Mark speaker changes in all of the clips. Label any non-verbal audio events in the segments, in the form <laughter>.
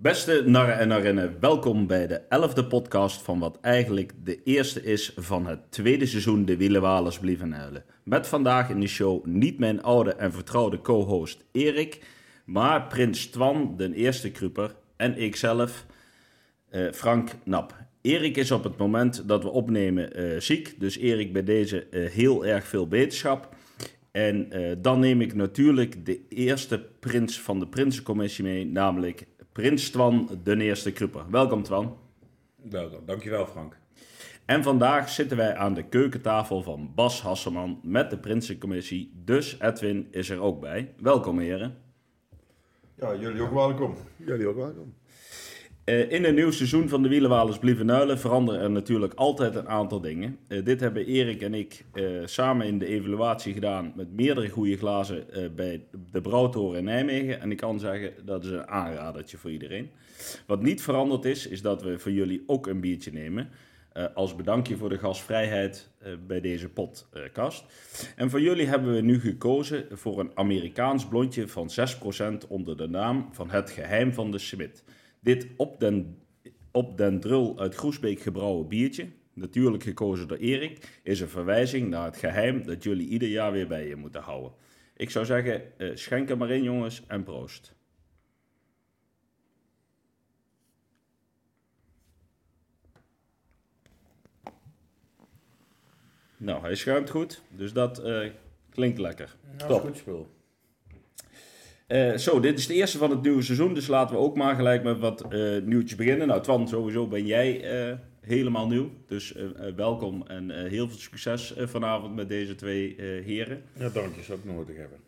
Speaker 1: Beste narren en narinnen, welkom bij de elfde podcast van wat eigenlijk de eerste is van het tweede seizoen De Wielenwalers Blieven Huilen. Met vandaag in de show niet mijn oude en vertrouwde co-host Erik, maar Prins Twan, de eerste kruper, en ikzelf, eh, Frank Nap. Erik is op het moment dat we opnemen eh, ziek, dus Erik bij deze eh, heel erg veel wetenschap. En eh, dan neem ik natuurlijk de eerste prins van de Prinsencommissie mee, namelijk Prins Twan, de eerste Kruper. Welkom Twan.
Speaker 2: Welkom, dankjewel Frank.
Speaker 1: En vandaag zitten wij aan de keukentafel van Bas Hasselman met de Prinsencommissie, dus Edwin is er ook bij. Welkom heren.
Speaker 3: Ja, jullie ook welkom.
Speaker 4: Jullie ook welkom.
Speaker 1: Eh, in een nieuw seizoen van de Wielenwalers Blieven Uilen veranderen er natuurlijk altijd een aantal dingen. Eh, dit hebben Erik en ik eh, samen in de evaluatie gedaan met meerdere goede glazen eh, bij de Brouwtoren in Nijmegen. En ik kan zeggen, dat is een aanradertje voor iedereen. Wat niet veranderd is, is dat we voor jullie ook een biertje nemen. eh, als bedankje voor de gastvrijheid eh, bij deze podcast. En voor jullie hebben we nu gekozen voor een Amerikaans blondje van 6% onder de naam van Het Geheim van de Smit. Dit op den, op den drul uit Groesbeek gebrouwen biertje, natuurlijk gekozen door Erik, is een verwijzing naar het geheim dat jullie ieder jaar weer bij je moeten houden. Ik zou zeggen, eh, schenk er maar in jongens en proost. Nou, hij schuimt goed, dus dat eh, klinkt lekker. Top.
Speaker 2: goed spul.
Speaker 1: Eh, zo, dit is de eerste van het nieuwe seizoen, dus laten we ook maar gelijk met wat eh, nieuwtjes beginnen. Nou, Twan, sowieso ben jij eh, helemaal nieuw, dus eh, eh, welkom en eh, heel veel succes eh, vanavond met deze twee eh, heren. <laughs>
Speaker 2: Ja, dank je, zou ik nodig hebben.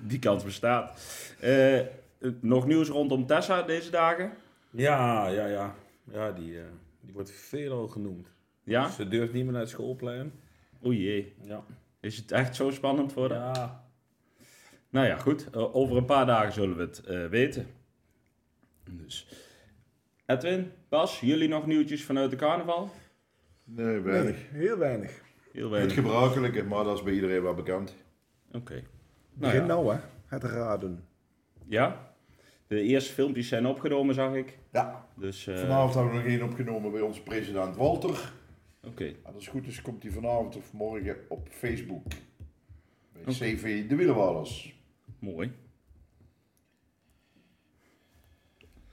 Speaker 1: Die kans bestaat. Eh, eh, nog nieuws rondom Tessa deze dagen?
Speaker 2: Ja, ja, ja. Ja, die, eh, die wordt veelal genoemd.
Speaker 1: Ja?
Speaker 2: Ze durft niet meer naar het schoolplein.
Speaker 1: O jee,
Speaker 2: Ja.
Speaker 1: is het echt zo spannend voor haar?
Speaker 2: ja.
Speaker 1: Nou ja, goed. Eh, over een paar dagen zullen we het eh, weten. Dus. Edwin, Bas, jullie nog nieuwtjes vanuit de carnaval?
Speaker 3: Nee, weinig.
Speaker 4: Weinig, heel weinig.
Speaker 1: Heel
Speaker 3: Het
Speaker 1: weinig. Oké.
Speaker 3: gebruikelijke, maar dat is bij iedereen wel bekend.
Speaker 1: Nou
Speaker 4: Begin
Speaker 1: ja.
Speaker 4: nou hè, het raden.
Speaker 1: ja, de eerste filmpjes zijn opgenomen, zag ik.
Speaker 3: Ja.
Speaker 1: Dus, eh,
Speaker 3: Vanavond hebben we nog één opgenomen bij onze president Walter.
Speaker 1: Oké,
Speaker 3: En als het goed is, komt die vanavond of morgen op Facebook. Bij
Speaker 1: Oké.
Speaker 3: CV De Wielenwallers.
Speaker 1: mooi.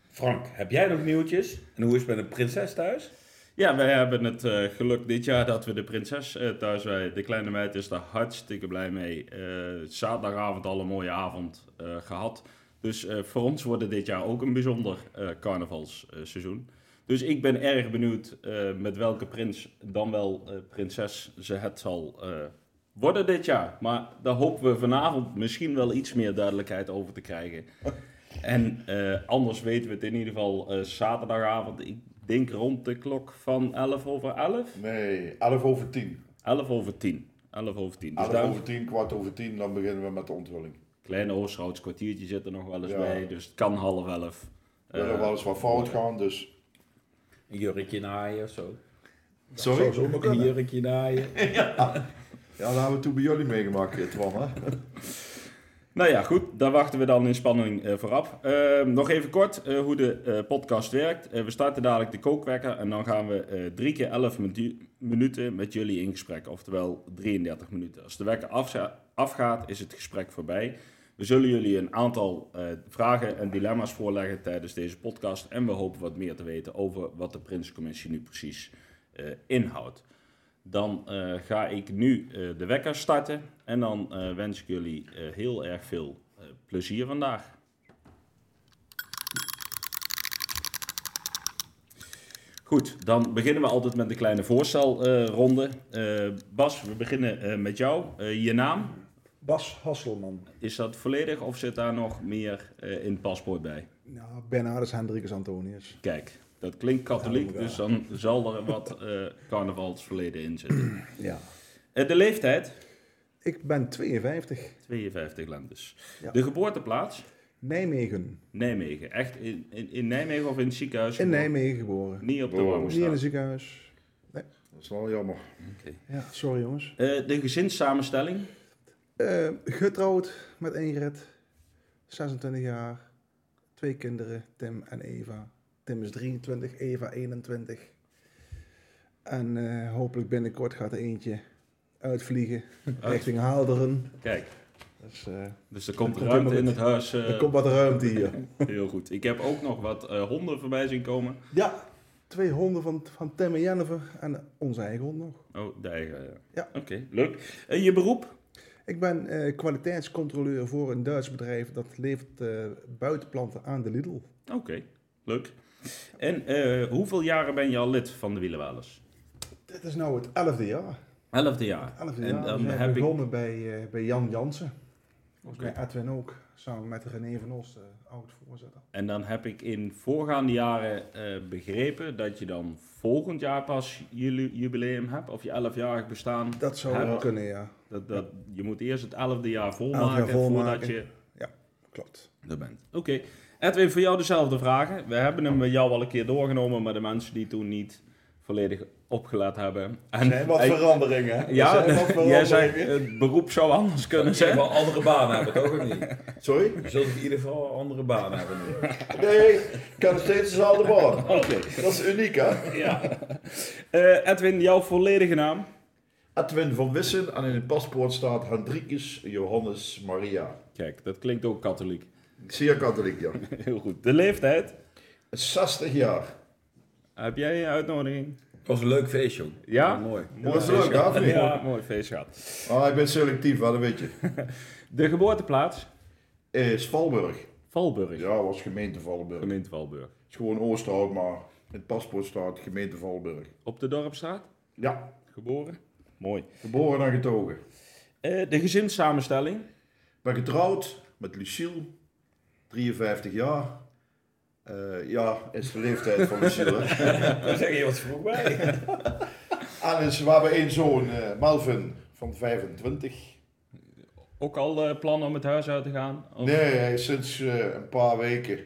Speaker 2: Frank, heb jij nog nieuwtjes? En hoe is het met een prinses thuis?
Speaker 1: Ja, wij hebben het eh, geluk dit jaar dat we de prinses eh, thuis bij De kleine meid is daar hartstikke blij mee. Eh, zaterdagavond al een mooie avond eh, gehad. Dus eh, voor ons wordt het dit jaar ook een bijzonder eh, carnavalsseizoen. dus ik ben erg benieuwd eh, met welke prins dan wel eh, prinses ze het zal eh, worden dit jaar. Maar daar hopen we vanavond misschien wel iets meer duidelijkheid over te
Speaker 3: <laughs>
Speaker 1: krijgen. En eh, anders weten we het in ieder geval eh, zaterdagavond. Ik denk rond de klok van 11 over 11.
Speaker 3: Nee, 11 over 10.
Speaker 1: 11 over 10. 11 over 10. Dus
Speaker 3: 11
Speaker 1: daar
Speaker 3: over 10, kwart over 10, dan beginnen we met de onthulling.
Speaker 1: kleine Oosterhouts kwartiertje zit er nog wel eens
Speaker 3: Ja.
Speaker 1: bij. Dus het kan half Eh, 11.
Speaker 3: Er wil wel eens wat fout gaan, dus...
Speaker 2: Een jurkje naaien of zo.
Speaker 3: Sorry?
Speaker 4: zo maar
Speaker 2: Een jurkje naaien.
Speaker 3: Ja, dat hebben we toen bij jullie meegemaakt, Twan. Hè?
Speaker 1: Nou ja, goed, daar wachten we dan in spanning eh, vooraf. Eh, nog even kort eh, hoe de eh, podcast werkt. Eh, we starten dadelijk de kookwekker en dan gaan we eh drie keer 11 minu- minuten met jullie in gesprek, oftewel 33 minuten. Als de wekker afza- afgaat, is het gesprek voorbij. We zullen jullie een aantal eh, vragen en dilemma's voorleggen tijdens deze podcast en we hopen wat meer te weten over wat de Prinsencommissie nu precies eh, inhoudt. Dan eh, ga ik nu eh, de wekker starten. En dan eh, wens ik jullie eh, heel erg veel eh, plezier vandaag. Goed, dan beginnen we altijd met een kleine voorstelronde. Eh, Bas, we beginnen eh, met jou. Eh, je naam,
Speaker 4: Bas Hasselman.
Speaker 1: is dat volledig of zit daar nog meer eh, in het paspoort bij?
Speaker 4: Nou, Bernardus Hendrikus Antonius.
Speaker 1: Kijk, dat klinkt katholiek, dus dan zal er wat eh carnavalsverleden in zitten.
Speaker 4: Ja.
Speaker 1: Eh, de leeftijd,
Speaker 4: Ik ben 52.
Speaker 1: 52 lentes.
Speaker 4: Ja.
Speaker 1: De geboorteplaats?
Speaker 4: Nijmegen.
Speaker 1: Nijmegen. Echt in, in, in Nijmegen of in het ziekenhuis?
Speaker 4: In
Speaker 1: geboren?
Speaker 4: Nijmegen geboren.
Speaker 1: Niet op de
Speaker 3: Wow.
Speaker 1: Warmoestraat.
Speaker 4: Niet in een ziekenhuis.
Speaker 3: Dat is wel jammer.
Speaker 4: Ja, sorry jongens.
Speaker 1: Eh, de gezinssamenstelling.
Speaker 4: Eh, getrouwd met Ingrid. 26 jaar. Twee kinderen, Tim en Eva. Tim is 23, Eva 21. En eh, hopelijk binnenkort gaat er eentje uitvliegen richting Haalderen.
Speaker 1: Kijk,
Speaker 4: Dus eh,
Speaker 1: dus er komt
Speaker 4: komt
Speaker 1: ruimte
Speaker 4: helemaal
Speaker 1: in het
Speaker 4: goed.
Speaker 1: huis. eh,
Speaker 4: er komt wat ruimte hier.
Speaker 1: <laughs> Heel goed. Ik heb ook nog wat eh, honden voorbij zien komen.
Speaker 4: ja, twee honden van, van Tim en Jennifer en onze eigen hond nog.
Speaker 1: Oh, de eigen. ja.
Speaker 4: Ja.
Speaker 1: Oké, leuk. En je beroep?
Speaker 4: Ik ben eh, kwaliteitscontroleur voor een Duits bedrijf dat levert eh, buitenplanten aan de Lidl.
Speaker 1: Oké, leuk. En eh, hoeveel jaren ben je al lid van de Wielenwalers?
Speaker 4: Dit is nou het elfde jaar.
Speaker 1: Elfde jaar.
Speaker 4: Elfde
Speaker 1: en
Speaker 4: jaar.
Speaker 1: dan
Speaker 4: we zijn
Speaker 1: heb ik...
Speaker 4: begonnen bij, eh, bij Jan Jansen. Volgens
Speaker 1: Oké.
Speaker 4: mij Edwin ook. Samen met René van Os, de oud-voorzitter.
Speaker 1: En dan heb ik in voorgaande jaren eh, begrepen dat je dan volgend jaar pas jullie jubileum hebt. Of je elfjarig bestaan.
Speaker 4: Dat zou
Speaker 1: Ja.
Speaker 4: wel kunnen, ja.
Speaker 1: Dat, dat, je moet eerst het elfde jaar
Speaker 4: jaar
Speaker 1: volmaken voordat
Speaker 4: volmaken.
Speaker 1: je
Speaker 4: Klopt.
Speaker 1: er bent. Oké. Edwin, voor jou dezelfde vragen. We hebben hem bij jou al een keer doorgenomen, maar de mensen die toen niet volledig opgelet hebben. En
Speaker 3: Er zijn wat
Speaker 1: hij-
Speaker 3: veranderingen.
Speaker 1: <laughs>
Speaker 3: Er
Speaker 1: ja,
Speaker 3: zijn wat
Speaker 1: <laughs> jij
Speaker 3: veranderingen.
Speaker 1: zei het beroep zou anders kunnen
Speaker 2: Ze
Speaker 1: zijn.
Speaker 2: hebben andere banen hebben, toch? Of niet?
Speaker 3: Sorry?
Speaker 2: Je zult in ieder geval andere banen hebben. nu.
Speaker 3: Nee, ik kan nog steeds dezelfde baan. Dat is uniek, hè?
Speaker 1: <laughs> Eh, Edwin, jouw volledige naam?
Speaker 3: Edwin van Wissen en in het paspoort staat Hendrikus Johannes Maria.
Speaker 1: Kijk, dat klinkt ook katholiek. <laughs>
Speaker 3: Zeer katholiek, ja.
Speaker 1: Heel goed. De leeftijd?
Speaker 3: 60 jaar.
Speaker 1: Heb jij een uitnodiging?
Speaker 2: Het was een leuk feestje, jong.
Speaker 1: Ja?
Speaker 2: Mooi.
Speaker 3: Mooi is leuk, hè? of niet?
Speaker 1: Ja, mooi feest gehad.
Speaker 3: Ah, ik ben selectief, hè, dat weet je.
Speaker 1: De geboorteplaats?
Speaker 3: Is Valburg.
Speaker 1: Valburg.
Speaker 3: Ja, was gemeente Valburg. Het
Speaker 1: Gemeente Valburg.
Speaker 3: is gewoon Oosterhout, maar in het paspoort staat gemeente Valburg.
Speaker 1: Op de dorpstraat?
Speaker 3: Ja,
Speaker 1: Geboren. Mooi.
Speaker 3: geboren en getogen.
Speaker 1: Eh, de gezinssamenstelling?
Speaker 3: ben getrouwd met Lucille, 53 jaar. Eh, ja, is de leeftijd van Lucille. hè.
Speaker 2: Daar zeg je wat vroeg bij.
Speaker 3: en is, we hebben één zoon, eh, Melvin, van 25.
Speaker 1: Ook al eh, plannen om het huis uit te gaan? Of-
Speaker 3: Nee, hij is sinds eh, een paar weken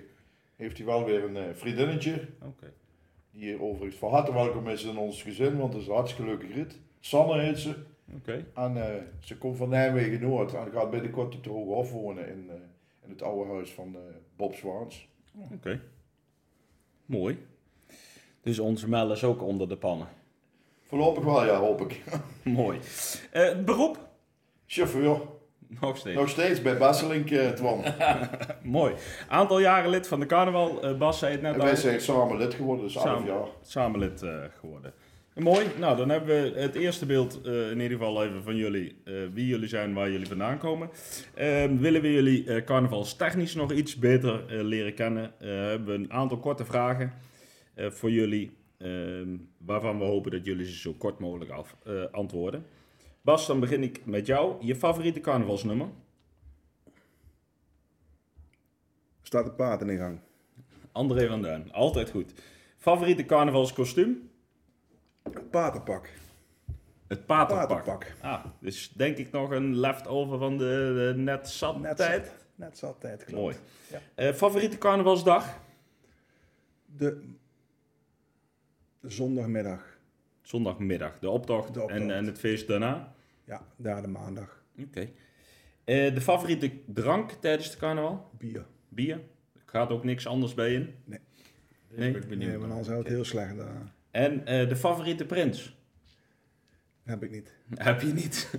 Speaker 3: heeft hij wel weer een eh, vriendinnetje.
Speaker 1: Oké.
Speaker 3: Die hier overigens van harte welkom is in ons gezin, want het is een hartstikke leuke grit. Sanne heet ze.
Speaker 1: Oké.
Speaker 3: En eh, ze komt van Nijmegen Noord en gaat binnenkort op de Hoge Hof wonen in, eh, in het oude huis van eh, Bob Zwaans.
Speaker 1: Oké. Mooi. Dus onze Mel is ook onder de pannen.
Speaker 3: Voorlopig wel, ja, hoop ik.
Speaker 1: <laughs>
Speaker 3: <laughs>
Speaker 1: Mooi. Eh, beroep?
Speaker 3: Chauffeur,
Speaker 1: Nog steeds.
Speaker 3: nog steeds bij Besselink, eh
Speaker 1: <laughs>
Speaker 3: Twan.
Speaker 1: Mooi. Aantal jaren lid van de carnaval. Eh, Bas zei het net
Speaker 3: En
Speaker 1: al.
Speaker 3: wij zijn samen lid geworden, dus
Speaker 1: Samen.
Speaker 3: elf jaar.
Speaker 1: Samen lid eh, geworden. Mooi. Nou, dan hebben we het eerste beeld eh, in ieder geval even van jullie. eh, wie jullie zijn, waar jullie vandaan komen. Eh, willen we jullie eh, carnavalstechnisch nog iets beter eh, leren kennen? eh, hebben we een aantal korte vragen eh, voor jullie. eh, waarvan we hopen dat jullie ze zo kort mogelijk af, eh, antwoorden. Bas, dan begin ik met jou. Je favoriete carnavalsnummer?
Speaker 4: Er staat een paard in de gang.
Speaker 1: André van Duin. Altijd goed. Favoriete carnavalskostuum?
Speaker 4: Een paardenpak.
Speaker 1: Het paterpak.
Speaker 4: Paterpak.
Speaker 1: Ah, dus denk ik nog een leftover van de, de net zat
Speaker 4: Net
Speaker 1: tijd.
Speaker 4: zat. Net zat tijd, klopt.
Speaker 1: Mooi.
Speaker 4: Ja.
Speaker 1: Eh, favoriete carnavalsdag?
Speaker 4: De zondagmiddag.
Speaker 1: Zondagmiddag, de optocht,
Speaker 4: De optocht.
Speaker 1: En, en het feest daarna.
Speaker 4: Ja, daar de maandag.
Speaker 1: Oké. Eh, de favoriete drank tijdens de carnaval?
Speaker 4: Bier.
Speaker 1: Bier? Gaat ook niks anders bij in?
Speaker 4: Nee.
Speaker 1: Nee?
Speaker 4: Nee, want anders zou het heel slecht daarna.
Speaker 1: En eh, de favoriete prins?
Speaker 4: Heb ik niet.
Speaker 1: <laughs> Heb je niet.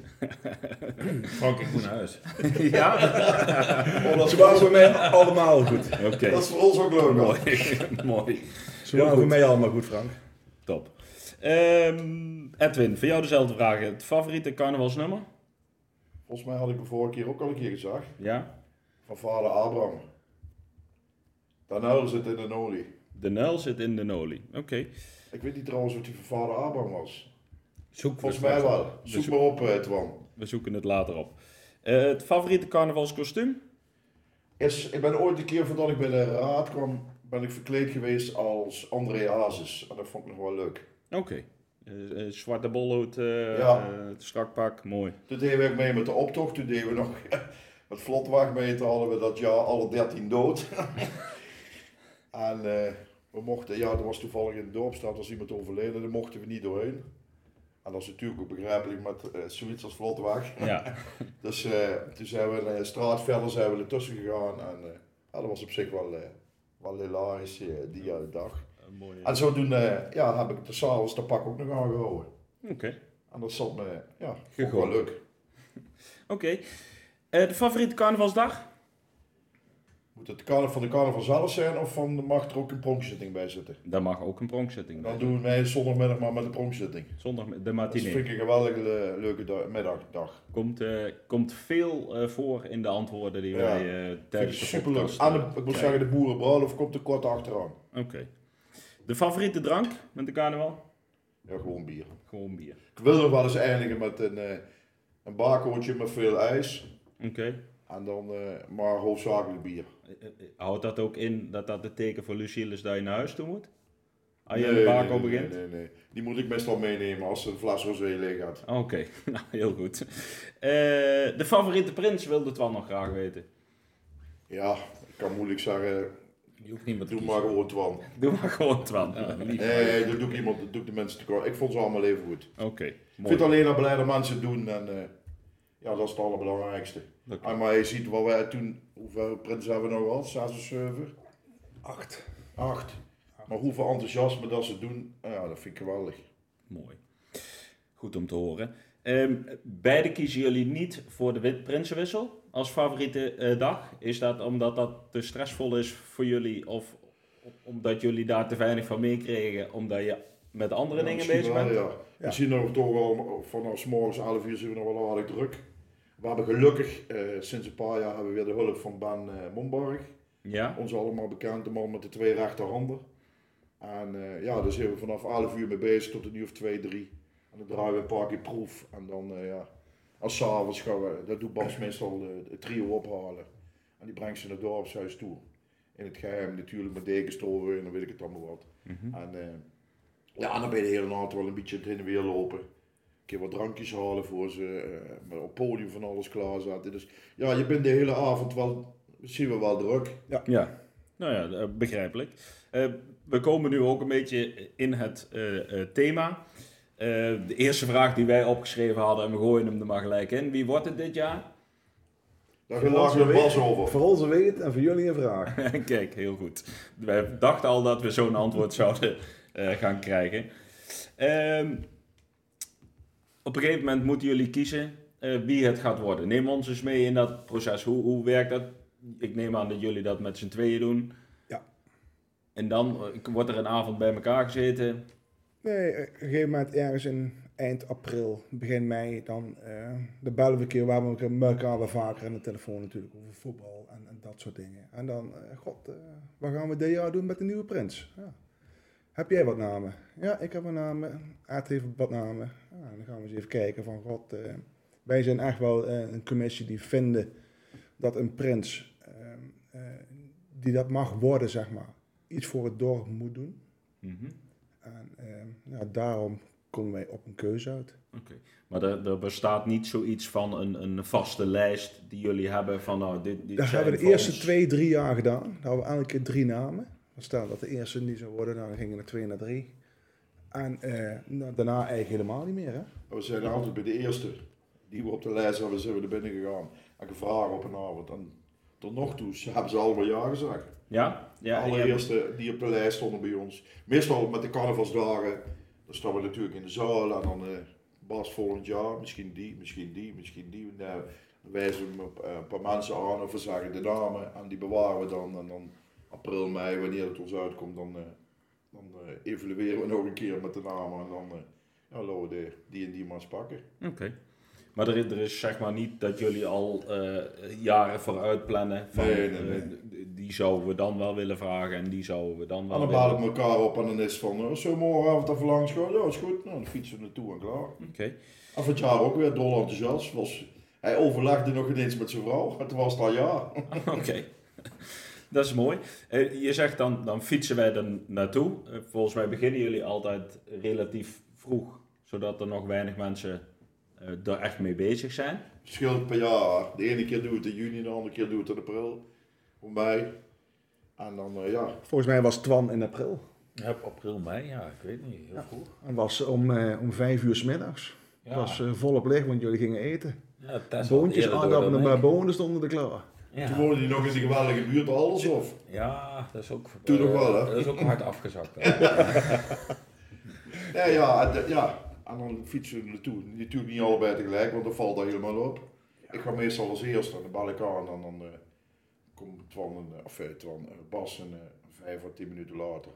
Speaker 2: Frank, ik moet naar huis.
Speaker 1: ja?
Speaker 3: Oh, dat, is
Speaker 4: Ze
Speaker 3: voor
Speaker 4: waren
Speaker 3: ons,
Speaker 4: voor mij allemaal goed.
Speaker 1: Oké. <laughs>
Speaker 3: dat is voor ons ook leuk. hoor.
Speaker 1: Mooi. <laughs> Mooi.
Speaker 4: Ze waren voor mij allemaal goed, Frank.
Speaker 1: Top. Ehm, Edwin, voor jou dezelfde vraag. Het favoriete carnavalsnummer?
Speaker 3: Volgens mij had ik de vorige keer ook al een keer gezegd.
Speaker 1: Ja.
Speaker 3: Van vader Abraham. Daarna zit in de olie.
Speaker 1: De Nel zit in de Noli. Oké.
Speaker 3: Ik weet niet trouwens of die van vader Abraham was.
Speaker 2: Zoek
Speaker 3: Volgens mij wel. Zoek maar op, eh, Twan.
Speaker 1: We zoeken het later op. Eh, het favoriete carnavalskostuum?
Speaker 3: Is, ik ben ooit een keer voordat ik bij de raad kwam, ben ik verkleed geweest als André Hazes. En dat vond ik nog wel leuk.
Speaker 1: Oké. Eh, eh, zwarte bolhoed, eh
Speaker 3: Ja.
Speaker 1: eh, het strakpak, mooi.
Speaker 3: Toen deden we ook mee met de optocht. Toen deden we nog <laughs> met vlotwachtmeter hadden we dat jaar alle 13 dood. <laughs> en eh, we mochten, ja, er was toevallig in de dorpstraat was iemand overleden, daar mochten we niet doorheen. En dat is natuurlijk ook begrijpelijk met eh zoiets als vlotwacht.
Speaker 1: <laughs> Ja,
Speaker 3: Dus eh, toen zijn we een straat verder zijn we ertussen gegaan en eh, ja, dat was op zich wel eh, Wel hilarisch, eh, die aan de dag.
Speaker 1: Een mooie.
Speaker 3: En zodoende ja, heb ik de s'avonds de pak ook nog aangehouden.
Speaker 1: Oké.
Speaker 3: En dat zat me, ja, ook wel
Speaker 2: Gegooid.
Speaker 3: leuk.
Speaker 1: Oké. Eh, de favoriete carnavalsdag?
Speaker 3: Moet het carnaval van de carnaval zelf zijn of van, mag er ook een pronkzitting bij zitten?
Speaker 1: Daar mag ook een pronkzitting bij.
Speaker 3: Dan doen wij zondagmiddag maar met de pronkzitting.
Speaker 1: Zondag de
Speaker 3: Dat
Speaker 1: matinee.
Speaker 3: vind ik een geweldige le- leuke da- middagdag.
Speaker 1: Komt, eh, komt veel eh, voor in de antwoorden die
Speaker 3: Ja.
Speaker 1: wij eh,
Speaker 3: Vind ik
Speaker 1: tijdens de
Speaker 3: superleuk.
Speaker 1: podcast,
Speaker 3: En
Speaker 1: eh,
Speaker 3: de- ik moet
Speaker 1: krijgen.
Speaker 3: zeggen, de boerenbrouwlof komt er kort achteraan.
Speaker 1: Oké. De favoriete drank met de carnaval?
Speaker 3: Ja, gewoon bier.
Speaker 1: Gewoon bier.
Speaker 3: Ik wil nog wel eens eindigen met een, eh een bakootje met veel ijs.
Speaker 1: Oké.
Speaker 3: En dan eh, maar hoofdzakelijk bier.
Speaker 1: Eh, eh, Houdt dat ook in dat dat het teken voor Lucille is dat je naar huis toe moet? Als je
Speaker 3: Nee,
Speaker 1: aan de bako
Speaker 3: nee, nee,
Speaker 1: begint?
Speaker 3: Nee, nee, nee. Die moet ik meestal meenemen als een fles rosé leeg gaat.
Speaker 1: Oké, <laughs> nou heel goed. Eh, de favoriete prins wilde het wel nog graag weten.
Speaker 3: Ja, ik kan moeilijk zeggen,
Speaker 1: Je hoeft niemand
Speaker 3: doe maar gewoon Twan.
Speaker 1: Doe maar gewoon Twan. Lief.
Speaker 3: Nee, dat doe ik iemand, dat doe ik de mensen tekort. Ik vond ze allemaal even goed.
Speaker 1: Oké,
Speaker 3: Ik
Speaker 1: mooi.
Speaker 3: vind alleen dat blijde mensen het doen en eh, ja, dat is het allerbelangrijkste.
Speaker 1: Dat klopt.
Speaker 3: Ah, maar je ziet wat wij toen, hoeveel prinsen hebben we nog gehad? Zes of zeven?
Speaker 4: Acht.
Speaker 3: Acht. Maar hoeveel enthousiasme dat ze doen, ah ja, dat vind ik geweldig.
Speaker 1: Mooi. Goed om te horen. Ehm beide kiezen jullie niet voor de Wit Prinsenwissel als favoriete eh, dag. Is dat omdat dat te stressvol is voor jullie of omdat jullie daar te weinig van meekregen omdat je met andere
Speaker 3: Ja,
Speaker 1: dingen
Speaker 3: misschien
Speaker 1: bezig
Speaker 3: wel,
Speaker 1: bent?
Speaker 3: Ja. We zien nog toch wel vanaf 's morgens 11 uur zijn we nog wel aardig druk. We hebben gelukkig eh, sinds een paar jaar hebben we weer de hulp van Ben eh Mombarg.
Speaker 1: Ja?
Speaker 3: Ons allemaal bekende man met de twee rechterhanden. En eh, ja, daar zijn we vanaf 11 uur mee bezig tot een uur of 2, 3. En dan draaien we een paar keer proef. En dan, eh, ja, als s'avonds gaan we, dat doet Bas meestal, eh, het trio ophalen. En die brengt ze naar het dorpshuis toe. In het geheim natuurlijk, met dekens erover en dan weet ik het allemaal wat. En eh, ja, dan ben je de hele nacht wel een beetje het heen en weer lopen. Een keer wat drankjes halen voor ze, eh, maar op het podium van alles klaarzetten. Dus ja, je bent de hele avond wel, zien we wel druk.
Speaker 1: Ja. Nou ja, eh, begrijpelijk. Eh, we komen nu ook een beetje in het eh, eh, thema. Eh, de eerste vraag die wij opgeschreven hadden, en we gooien hem er maar gelijk in. Wie wordt het dit jaar?
Speaker 3: Daar
Speaker 4: Voor
Speaker 3: lachen
Speaker 4: onze
Speaker 3: we Bas
Speaker 4: weet-
Speaker 3: over.
Speaker 4: Voor onze weet en voor jullie een vraag.
Speaker 1: <laughs> Kijk, heel goed. Wij dachten al dat we zo'n antwoord zouden eh, gaan krijgen. Ehm, op een gegeven moment moeten jullie kiezen eh, wie het gaat worden. Neem ons eens mee in dat proces. Hoe, hoe werkt dat? Ik neem aan dat jullie dat met z'n tweeën doen.
Speaker 4: Ja.
Speaker 1: En dan eh, wordt er een avond bij elkaar gezeten.
Speaker 4: Nee, eh, op een gegeven moment ergens in eind april, begin mei, dan, eh dan bellen we een keer waar we elkaar- met elkaar wel vaker aan de telefoon natuurlijk over voetbal en, en dat soort dingen. En dan, eh, god, eh, wat gaan we dit jaar doen met de nieuwe prins? Ja. Heb jij wat namen? Ja, ik heb wat namen. Aad heeft wat namen. Ja, dan gaan we eens even kijken van, god, eh, wij zijn echt wel eh, een commissie die vinden dat een prins, eh, eh, die dat mag worden, zeg maar, iets voor het dorp moet doen.
Speaker 1: Mhm.
Speaker 4: En eh, ja, daarom komen wij op een keuze uit.
Speaker 1: Maar er, er bestaat niet zoiets van een, een vaste lijst die jullie hebben van nou, dit, dit
Speaker 4: Dat
Speaker 1: zijn
Speaker 4: hebben we de
Speaker 1: voor
Speaker 4: eerste
Speaker 1: ons-
Speaker 4: twee, drie jaar gedaan. Dan hadden we elke keer drie namen. Dan stel dat de eerste niet zou worden, nou, dan gingen er twee naar drie. En eh, nou, daarna eigenlijk helemaal niet meer. Hè?
Speaker 3: We zijn altijd bij de eerste die we op de lijst hebben, zijn we er binnen gegaan. En gevraagd op een avond. En tot nog toe hebben ze allemaal ja gezegd.
Speaker 1: Ja?
Speaker 3: De
Speaker 1: ja en je hebt-
Speaker 3: allereerste die op de lijst stonden bij ons. Meestal met de carnavalsdagen, dan staan we natuurlijk in de zaal en dan eh Bas volgend jaar, misschien die, misschien die, misschien die. Nou, dan wijzen we hem op, eh, een paar mensen aan of we zeggen de namen en die bewaren we dan. En dan april, mei, wanneer het ons uitkomt, dan, eh, dan eh, evalueren we nog een keer met de namen en dan eh ja, laten we de, die en die maar eens pakken.
Speaker 1: Oké. Maar er, er is zeg maar niet dat jullie al eh, jaren vooruit plannen. Van,
Speaker 3: Nee, nee, nee.
Speaker 1: eh, d- die zouden we dan wel willen vragen en die zouden we dan
Speaker 3: En
Speaker 1: wel
Speaker 3: dan
Speaker 1: willen.
Speaker 3: balen we elkaar op en dan is het van, eh, zo morgenavond even langs gaan, ja is goed, nou, dan fietsen we naartoe en klaar.
Speaker 1: Oké. <laughs>
Speaker 3: En van het jaar ook weer dol enthousiast. Was, hij overlegde nog ineens met zijn vrouw. Het was dat ja.
Speaker 1: Oké. Dat is mooi. Eh, je zegt dan, dan fietsen wij er naartoe. Eh, volgens mij beginnen jullie altijd relatief vroeg, zodat er nog weinig mensen eh er echt mee bezig zijn.
Speaker 3: Verschilt per jaar. De ene keer doe het in juni, de andere keer doe het in april. Voor mij. En dan, eh, ja.
Speaker 4: Volgens mij was Twan in april.
Speaker 2: Ja, op april, mei, ja, ik weet niet. Heel goed.
Speaker 4: En was om, eh, om vijf uur 's middags.
Speaker 2: Ja,
Speaker 4: was eh, volop licht, want jullie gingen eten.
Speaker 2: ja Tess had
Speaker 4: Boontjes,
Speaker 2: eerder door dan
Speaker 4: aardappelen,
Speaker 2: ik.
Speaker 4: maar bonen stonden er klaar.
Speaker 3: Toen
Speaker 2: Ja.
Speaker 3: woonde hij nog in de geweldige buurt Aldershof.
Speaker 2: ja, dat is ook...
Speaker 3: Toen
Speaker 2: eh,
Speaker 3: nog wel, hè?
Speaker 2: Dat is ook hard afgezakt. hè.
Speaker 3: Ja, ja, en, de- ja. En dan fietsen we naartoe. Natuurlijk niet allebei tegelijk, want dan valt dat helemaal op. Ik ga meestal als eerste aan de balkan en dan eh komt Twan, en, eh, of, eh, Twan eh, Bas en eh, vijf of tien minuten later.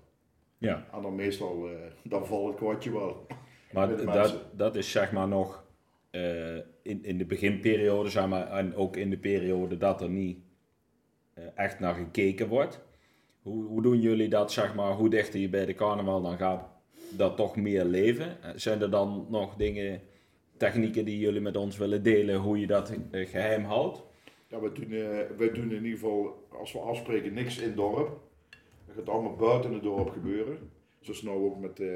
Speaker 1: Ja,
Speaker 3: En dan meestal, eh, dan valt het kwartje wel.
Speaker 1: maar
Speaker 3: Met de
Speaker 1: dat,
Speaker 3: mensen.
Speaker 1: dat is zeg maar nog eh, in, in de beginperiode, zeg maar, en ook in de periode dat er niet eh, echt naar gekeken wordt. Hoe, hoe doen jullie dat, zeg maar, hoe dichter je bij de carnaval dan gaat, dat toch meer leven? Eh, Zijn er dan nog dingen, technieken die jullie met ons willen delen, hoe je dat eh, geheim houdt?
Speaker 3: Ja, wij doen, eh, wij doen in ieder geval, als we afspreken, niks in het dorp. Dat gaat allemaal buiten het dorp gebeuren. Zoals nou ook met eh,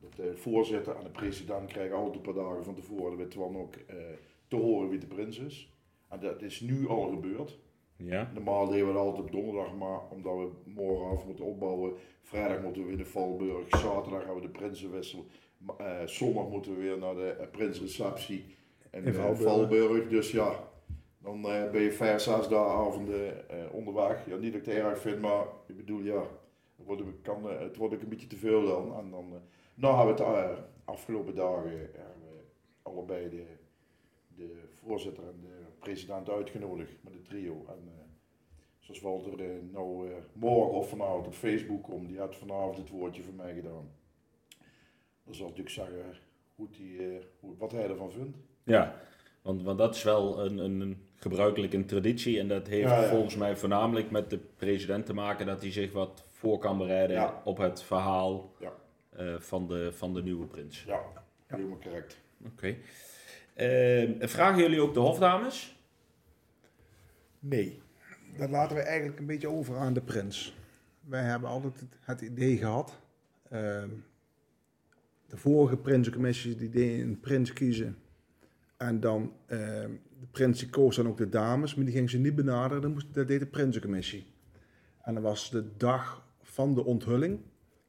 Speaker 3: dat de voorzitter en de president krijgen altijd een paar dagen van tevoren bij Twan ook eh, te horen wie de prins is. En dat is nu al gebeurd.
Speaker 1: Ja,
Speaker 3: Normaal deden we dat altijd op donderdag, maar omdat we morgenavond moeten opbouwen, vrijdag moeten we weer naar Valburg, zaterdag gaan we de prinsenwissel, ma- eh, zondag moeten we weer naar de eh, prinsreceptie in, eh,
Speaker 4: In Valburg.
Speaker 3: Valburg. Dus ja, dan eh, ben je vijf, zes dagen avonden eh, onderweg. Ja, niet dat ik het erg vind, maar ik bedoel ja, het wordt, ook- kan, eh, het wordt ook een beetje te veel dan. En dan eh, nou hebben we het eh, afgelopen dagen eh, hebben we allebei de, de voorzitter en de president uitgenodigd met het trio. En, eh, Zoals Walter eh, nou eh, morgen of vanavond op Facebook komt, die had vanavond het woordje voor mij gedaan. Dan zal ik natuurlijk zeggen hoe die, eh, hoe, wat hij ervan vindt.
Speaker 1: ja. Want, want dat is wel een, een, een gebruikelijk een traditie en dat heeft
Speaker 3: Ja, ja.
Speaker 1: volgens mij voornamelijk met de president te maken dat hij zich wat voor kan bereiden
Speaker 3: Ja.
Speaker 1: op het verhaal
Speaker 3: Ja.
Speaker 1: eh, van, de, van de nieuwe prins.
Speaker 3: Ja, helemaal correct.
Speaker 1: Oké. Eh, vragen jullie ook de hofdames?
Speaker 4: Nee, dat laten we eigenlijk een beetje over aan de prins. Wij hebben altijd het- het idee gehad. ehm, de vorige prinsencommissies die deden een prins kiezen. En dan, ehm, de prins die koos dan ook de dames, maar die ging ze niet benaderen. Dat, moest, dat deed de prinsencommissie. En dan was de dag van de onthulling,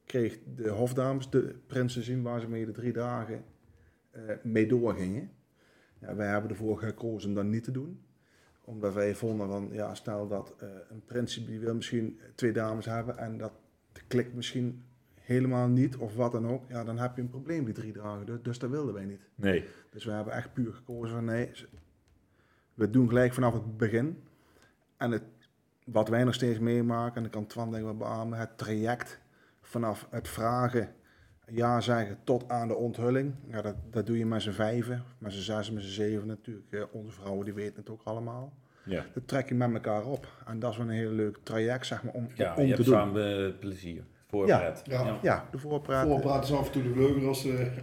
Speaker 4: kreeg de hofdames de prins te zien waar ze mee de drie dagen eh, mee doorgingen. Ja, wij hebben ervoor gekozen om dat niet te doen omdat wij vonden van, ja, stel dat eh, een prins die wil misschien twee dames hebben en dat klikt misschien helemaal niet of wat dan ook, ja, dan heb je een probleem die drie dagen. Dus, dus dat wilden wij niet.
Speaker 1: Nee.
Speaker 4: Dus we hebben echt puur gekozen van nee, ze- we doen gelijk vanaf het begin. En het, wat wij nog steeds meemaken, en ik kan Twan denk ik wel beamen, het traject vanaf het vragen, ja zeggen tot aan de onthulling. Ja, dat, dat doe je met z'n vijven, met z'n zes, met z'n zeven natuurlijk. Eh, Onze vrouwen die weten het ook allemaal.
Speaker 1: Ja.
Speaker 4: Dat trek je met elkaar op. En dat is wel een heel leuk traject zeg maar, om,
Speaker 2: Ja,
Speaker 4: om
Speaker 2: je
Speaker 4: te
Speaker 2: hebt
Speaker 4: doen.
Speaker 2: samen eh, plezier. Voor
Speaker 4: Ja.
Speaker 2: pret.
Speaker 3: Ja.
Speaker 4: Ja, de voorpraat.
Speaker 3: Voorpraat is af en toe de vleuger als eh,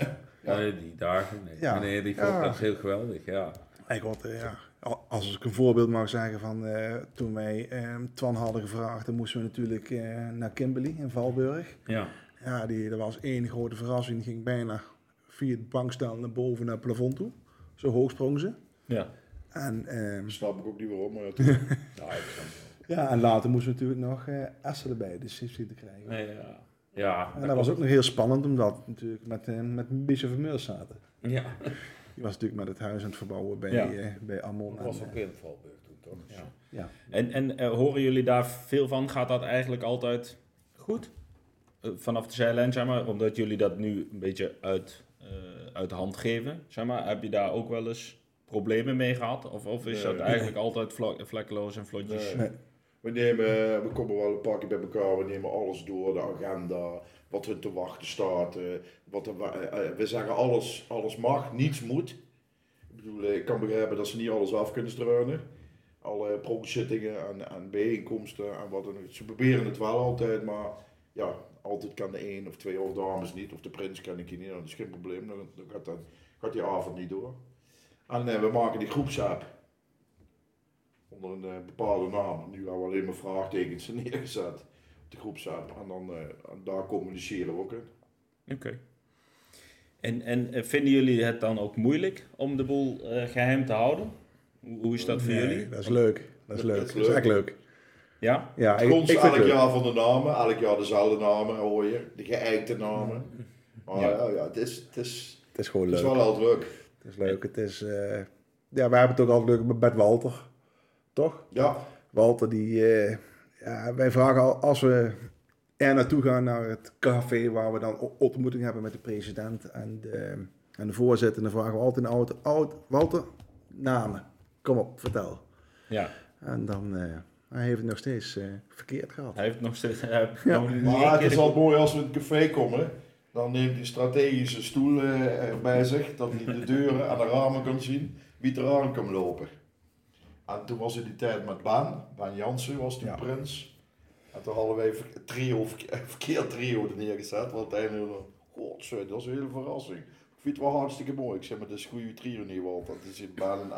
Speaker 3: Ja.
Speaker 2: Nee, die dagen. Nee,
Speaker 4: Ja.
Speaker 2: nee die
Speaker 4: Ja.
Speaker 2: voorpraat is heel geweldig. Ja.
Speaker 4: Ik had, eh, ja, al- als ik een voorbeeld mag zeggen van eh, toen wij eh, Twan hadden gevraagd, dan moesten we natuurlijk eh, naar Kimberley in Valburg.
Speaker 2: ja.
Speaker 4: Ja, die, dat was één grote verrassing. Die ging bijna via het bankstel naar boven naar het plafond toe. Zo hoog sprong ze.
Speaker 1: Ja.
Speaker 4: En,
Speaker 3: <laughs>
Speaker 4: ehm,
Speaker 3: snap ik ook niet waarom, maar ja, <laughs> toch.
Speaker 2: Ja, ik snap het.
Speaker 4: ja, en later moesten we natuurlijk nog eh Essen erbij, de subsidie te krijgen.
Speaker 2: Nee, ja. Ja,
Speaker 4: En dat was ook nog heel spannend, omdat we natuurlijk met, eh, met Bishop Vermeurs zaten.
Speaker 2: Ja,
Speaker 4: Die was natuurlijk met het huis aan het verbouwen bij,
Speaker 1: Ja.
Speaker 4: eh, bij Amon.
Speaker 2: dat was
Speaker 4: En, eh,
Speaker 2: ook in Valburg toen, toch? Ja.
Speaker 4: ja.
Speaker 1: En, en eh, horen jullie daar veel van? Gaat dat eigenlijk altijd goed? Eh, vanaf de zijlijn, zeg maar, omdat jullie dat nu een beetje uit, eh, uit de hand geven, zeg maar. Heb je daar ook wel eens problemen mee gehad? Of, of is
Speaker 3: Nee.
Speaker 1: dat eigenlijk altijd vlo- vlekkeloos en vlotjes?
Speaker 3: Nee. We, nemen, we komen wel een paar keer bij elkaar, we nemen alles door, de agenda, wat er te wachten staat. eh, wat er, wa- eh, eh, we zeggen alles, alles mag, niets moet. Ik bedoel, eh, ik kan begrijpen dat ze niet alles af kunnen struinen. Alle pronkzittingen en, en bijeenkomsten en wat dan ook. Ze proberen het wel altijd, maar ja, altijd kan de een of twee of dames niet, of de prins kan ik hier niet, dat is geen probleem, dan, dan, gaat, dan gaat die avond niet door. En eh, we maken die groepsapp onder een eh, bepaalde naam. Nu gaan we alleen maar vraagtekens <laughs> neergezet op de groepsapp. En dan eh, en daar communiceren we ook in.
Speaker 1: Oké. En, en eh, vinden jullie het dan ook moeilijk om de boel eh, geheim te houden? Hoe, hoe is dat voor
Speaker 4: Nee,
Speaker 1: jullie?
Speaker 4: eh, Dat is leuk. Dat is leuk. Dat is,
Speaker 3: leuk.
Speaker 4: echt leuk.
Speaker 1: Ja?
Speaker 4: Ja, ik, ik
Speaker 3: Ons
Speaker 4: vind het
Speaker 3: elk
Speaker 4: leuk.
Speaker 3: jaar van de namen, elk jaar dezelfde namen hoor je, de geëikte namen. Maar
Speaker 1: Ja.
Speaker 3: ja, ja, het, is, het, is,
Speaker 4: Het is gewoon
Speaker 3: het
Speaker 4: leuk.
Speaker 3: is wel altijd leuk.
Speaker 4: Het is leuk. Het is, eh, ja, wij hebben het ook altijd leuk met Bert Walter. Toch?
Speaker 3: Ja,
Speaker 4: Walter, die, eh, ja, wij vragen al, als we er naartoe gaan naar het café waar we dan o- ontmoeting hebben met de president en de, en de voorzitter, dan vragen we altijd een oud, oud Walter, namen. Kom op, vertel.
Speaker 1: Ja,
Speaker 4: En dan, eh, hij heeft het nog steeds eh, verkeerd gehad.
Speaker 1: hij heeft nog steeds... Hij heeft
Speaker 4: Ja.
Speaker 1: nog niet één
Speaker 3: Maar het
Speaker 1: keer
Speaker 3: is
Speaker 1: de-
Speaker 3: al mooi als we in het café komen. Dan neemt hij strategische stoel eh, er bij zich, dat hij de deuren en de ramen kan zien, wie er aan kan lopen. En toen was in die tijd met Baan, Baan Jansen was toen
Speaker 4: Ja.
Speaker 3: prins. En toen hadden wij verk- trio, verk- <laughs> verkeerd trio er neergezet, want uiteindelijk, godzijdank, dat is een hele verrassing. Ik vind het wel hartstikke mooi. Ik zeg maar, dit is een goede trio niet, want dat is in Baan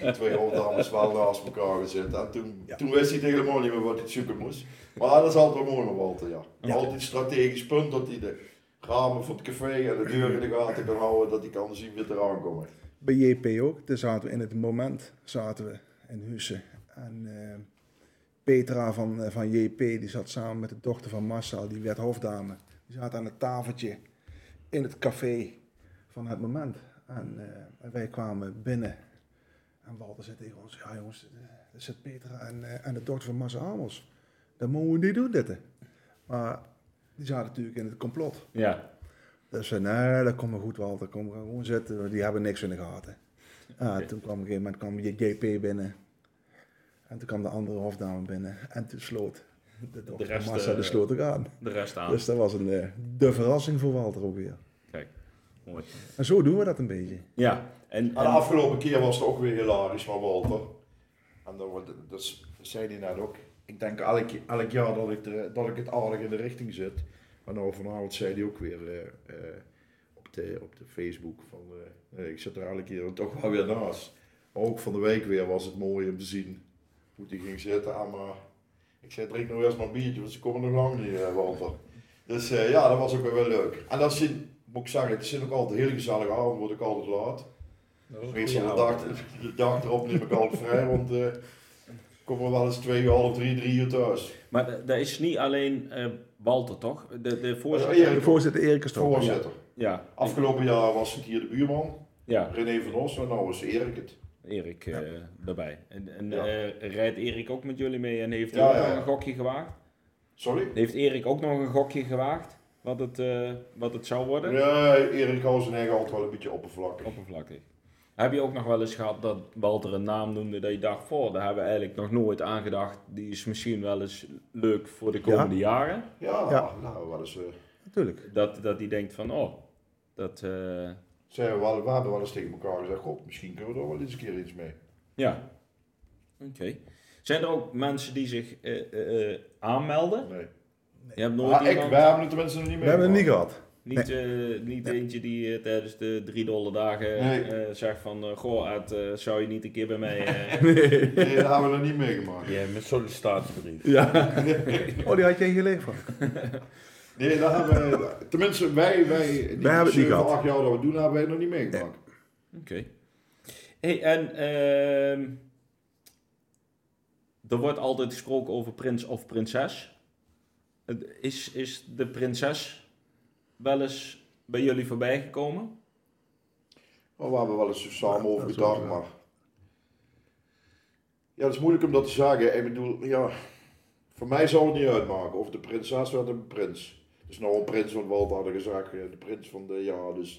Speaker 3: en <laughs> twee oude dames wel naast elkaar gezet. En toen,
Speaker 4: Ja.
Speaker 3: toen wist hij het helemaal niet meer wat hij zoeken moest. Maar dat is altijd wel mooi met Walter, ja.
Speaker 4: Ja.
Speaker 3: Altijd een strategisch punt dat hij de ramen van het café en de deur in de gaten kan houden, dat hij kan zien wie er aankomt.
Speaker 4: Bij JP ook, daar zaten we in het moment zaten we in Hussen. En eh, Petra van, eh, van JP, die zat samen met de dochter van Marcel, die werd hofdame. Die zaten aan het tafeltje in het café van het moment. En eh, wij kwamen binnen. En Walter zei tegen ons, ja jongens, eh, er zit Petra en, eh, en de dochter van Marcel Amos. Dat mogen we niet doen, dit. Maar die zaten natuurlijk in het complot.
Speaker 1: Ja,
Speaker 4: Dus zei, nee, dat komt wel goed, Walter. Kom we gaan gewoon zitten. Die hebben niks in de gaten. Ah, Toen kwam op een gegeven moment kwam J- JP binnen. En toen kwam de andere hofdame binnen. En toen sloot de, de
Speaker 1: rest,
Speaker 4: massa de
Speaker 1: eh, ah.
Speaker 4: sloot ook aan.
Speaker 1: de rest aan.
Speaker 4: Dus dat was een, eh, de verrassing voor Walter ook weer.
Speaker 1: Kijk, mooi.
Speaker 4: En zo doen we dat een beetje.
Speaker 1: Ja, en...
Speaker 3: En de
Speaker 1: en
Speaker 3: afgelopen keer was het ook weer hilarisch van Walter. En dan, wordt- dat s- zei hij net ook. Ik denk elk, elk jaar dat ik, er- dat ik het aardig in de richting zit. Maar nou vanavond zei hij ook weer eh, eh, op, de, op de Facebook van eh, eh, ik zit er elke keer toch wel weer naast. Maar ook van de week weer was het mooi om te zien hoe hij ging zitten. En, maar ik zei drink nou eerst maar een biertje, want ze komen nog lang niet eh, Walter. Dus eh, ja, dat was ook weer wel leuk. En dat zit, moet ik zeggen, het zit ook altijd een hele gezellige avond, word ik altijd laat.
Speaker 2: Dat was een
Speaker 3: Meestal de
Speaker 2: goede
Speaker 3: dag,
Speaker 2: avond.
Speaker 3: de dag erop neem ik altijd vrij, want eh, ik kom er wel eens twee uur, half drie, drie uur thuis.
Speaker 1: maar d- dat is niet alleen eh Walter, toch? De, de
Speaker 3: Eh,
Speaker 1: voorzitter?
Speaker 3: Erik,
Speaker 4: De voorzitter Erik is er ook.
Speaker 3: voorzitter.
Speaker 1: Ja,
Speaker 3: Afgelopen jaar was het hier de buurman,
Speaker 1: ja,
Speaker 3: René van Os, en nou is Erik het.
Speaker 1: Erik eh, daarbij. En, en
Speaker 3: Ja.
Speaker 1: eh, rijdt Erik ook met jullie mee en heeft hij
Speaker 3: Ja,
Speaker 1: ook
Speaker 3: ja,
Speaker 1: nog
Speaker 3: ja.
Speaker 1: een gokje gewaagd?
Speaker 3: Sorry?
Speaker 1: Heeft Erik ook nog een gokje gewaagd? Wat het, eh, wat het zou worden?
Speaker 3: Ja, Erik houdt zijn eigen altijd wel een beetje oppervlakkig.
Speaker 1: Oppervlakkig. Heb je ook nog wel eens gehad dat Walter een naam noemde dat je dacht, voor, daar hebben we eigenlijk nog nooit aan gedacht. Die is misschien wel eens leuk voor de komende jaren.
Speaker 3: Ja,
Speaker 4: Ja.
Speaker 3: nou, wel eens, eh,
Speaker 4: Natuurlijk.
Speaker 1: Dat, dat die denkt van, oh, dat, eh,
Speaker 3: zijn we, wel, we hebben wel eens tegen elkaar gezegd, god, misschien kunnen we er wel eens een keer iets mee.
Speaker 1: ja. Oké. Zijn er ook mensen die zich eh, eh, eh, aanmelden?
Speaker 3: Nee.
Speaker 1: Je hebt nooit
Speaker 3: Maar Ah, ik,
Speaker 1: iemand-
Speaker 3: wij hebben het tenminste nog niet
Speaker 4: We
Speaker 3: mee.
Speaker 4: hebben het niet gehad.
Speaker 1: Niet, eh, niet eentje die eh, tijdens de drie dollar dagen
Speaker 3: Nee.
Speaker 1: eh, zegt van, eh, goh, Ed, eh, zou je niet een keer bij mij... eh, <laughs>
Speaker 3: Nee, dat hebben we nog niet meegemaakt.
Speaker 2: Ja, met sollicitatiebrief.
Speaker 4: Ja. Oh, die had jij geleverd.
Speaker 3: Nee, dat hebben we, tenminste wij, wij, die
Speaker 4: hebben het niet
Speaker 3: zeven,
Speaker 4: gehad.
Speaker 3: acht jaar dat we doen, hebben wij het nog niet meegemaakt.
Speaker 1: Oké. Hey, en ehm, er wordt altijd gesproken over prins of prinses. Het Is, is de prinses wel eens bij jullie voorbij gekomen?
Speaker 3: Maar Oh, we hebben wel eens samen
Speaker 4: Ja,
Speaker 3: over
Speaker 4: dat is
Speaker 3: gedacht,
Speaker 4: ook zo.
Speaker 3: maar... Ja, dat is moeilijk om dat te zeggen. Ik bedoel, ja... Voor mij zou het niet uitmaken of de prinses werd een prins. Dus nou een prins van Walt hadden gezegd, eh, de prins van de... Ja, dus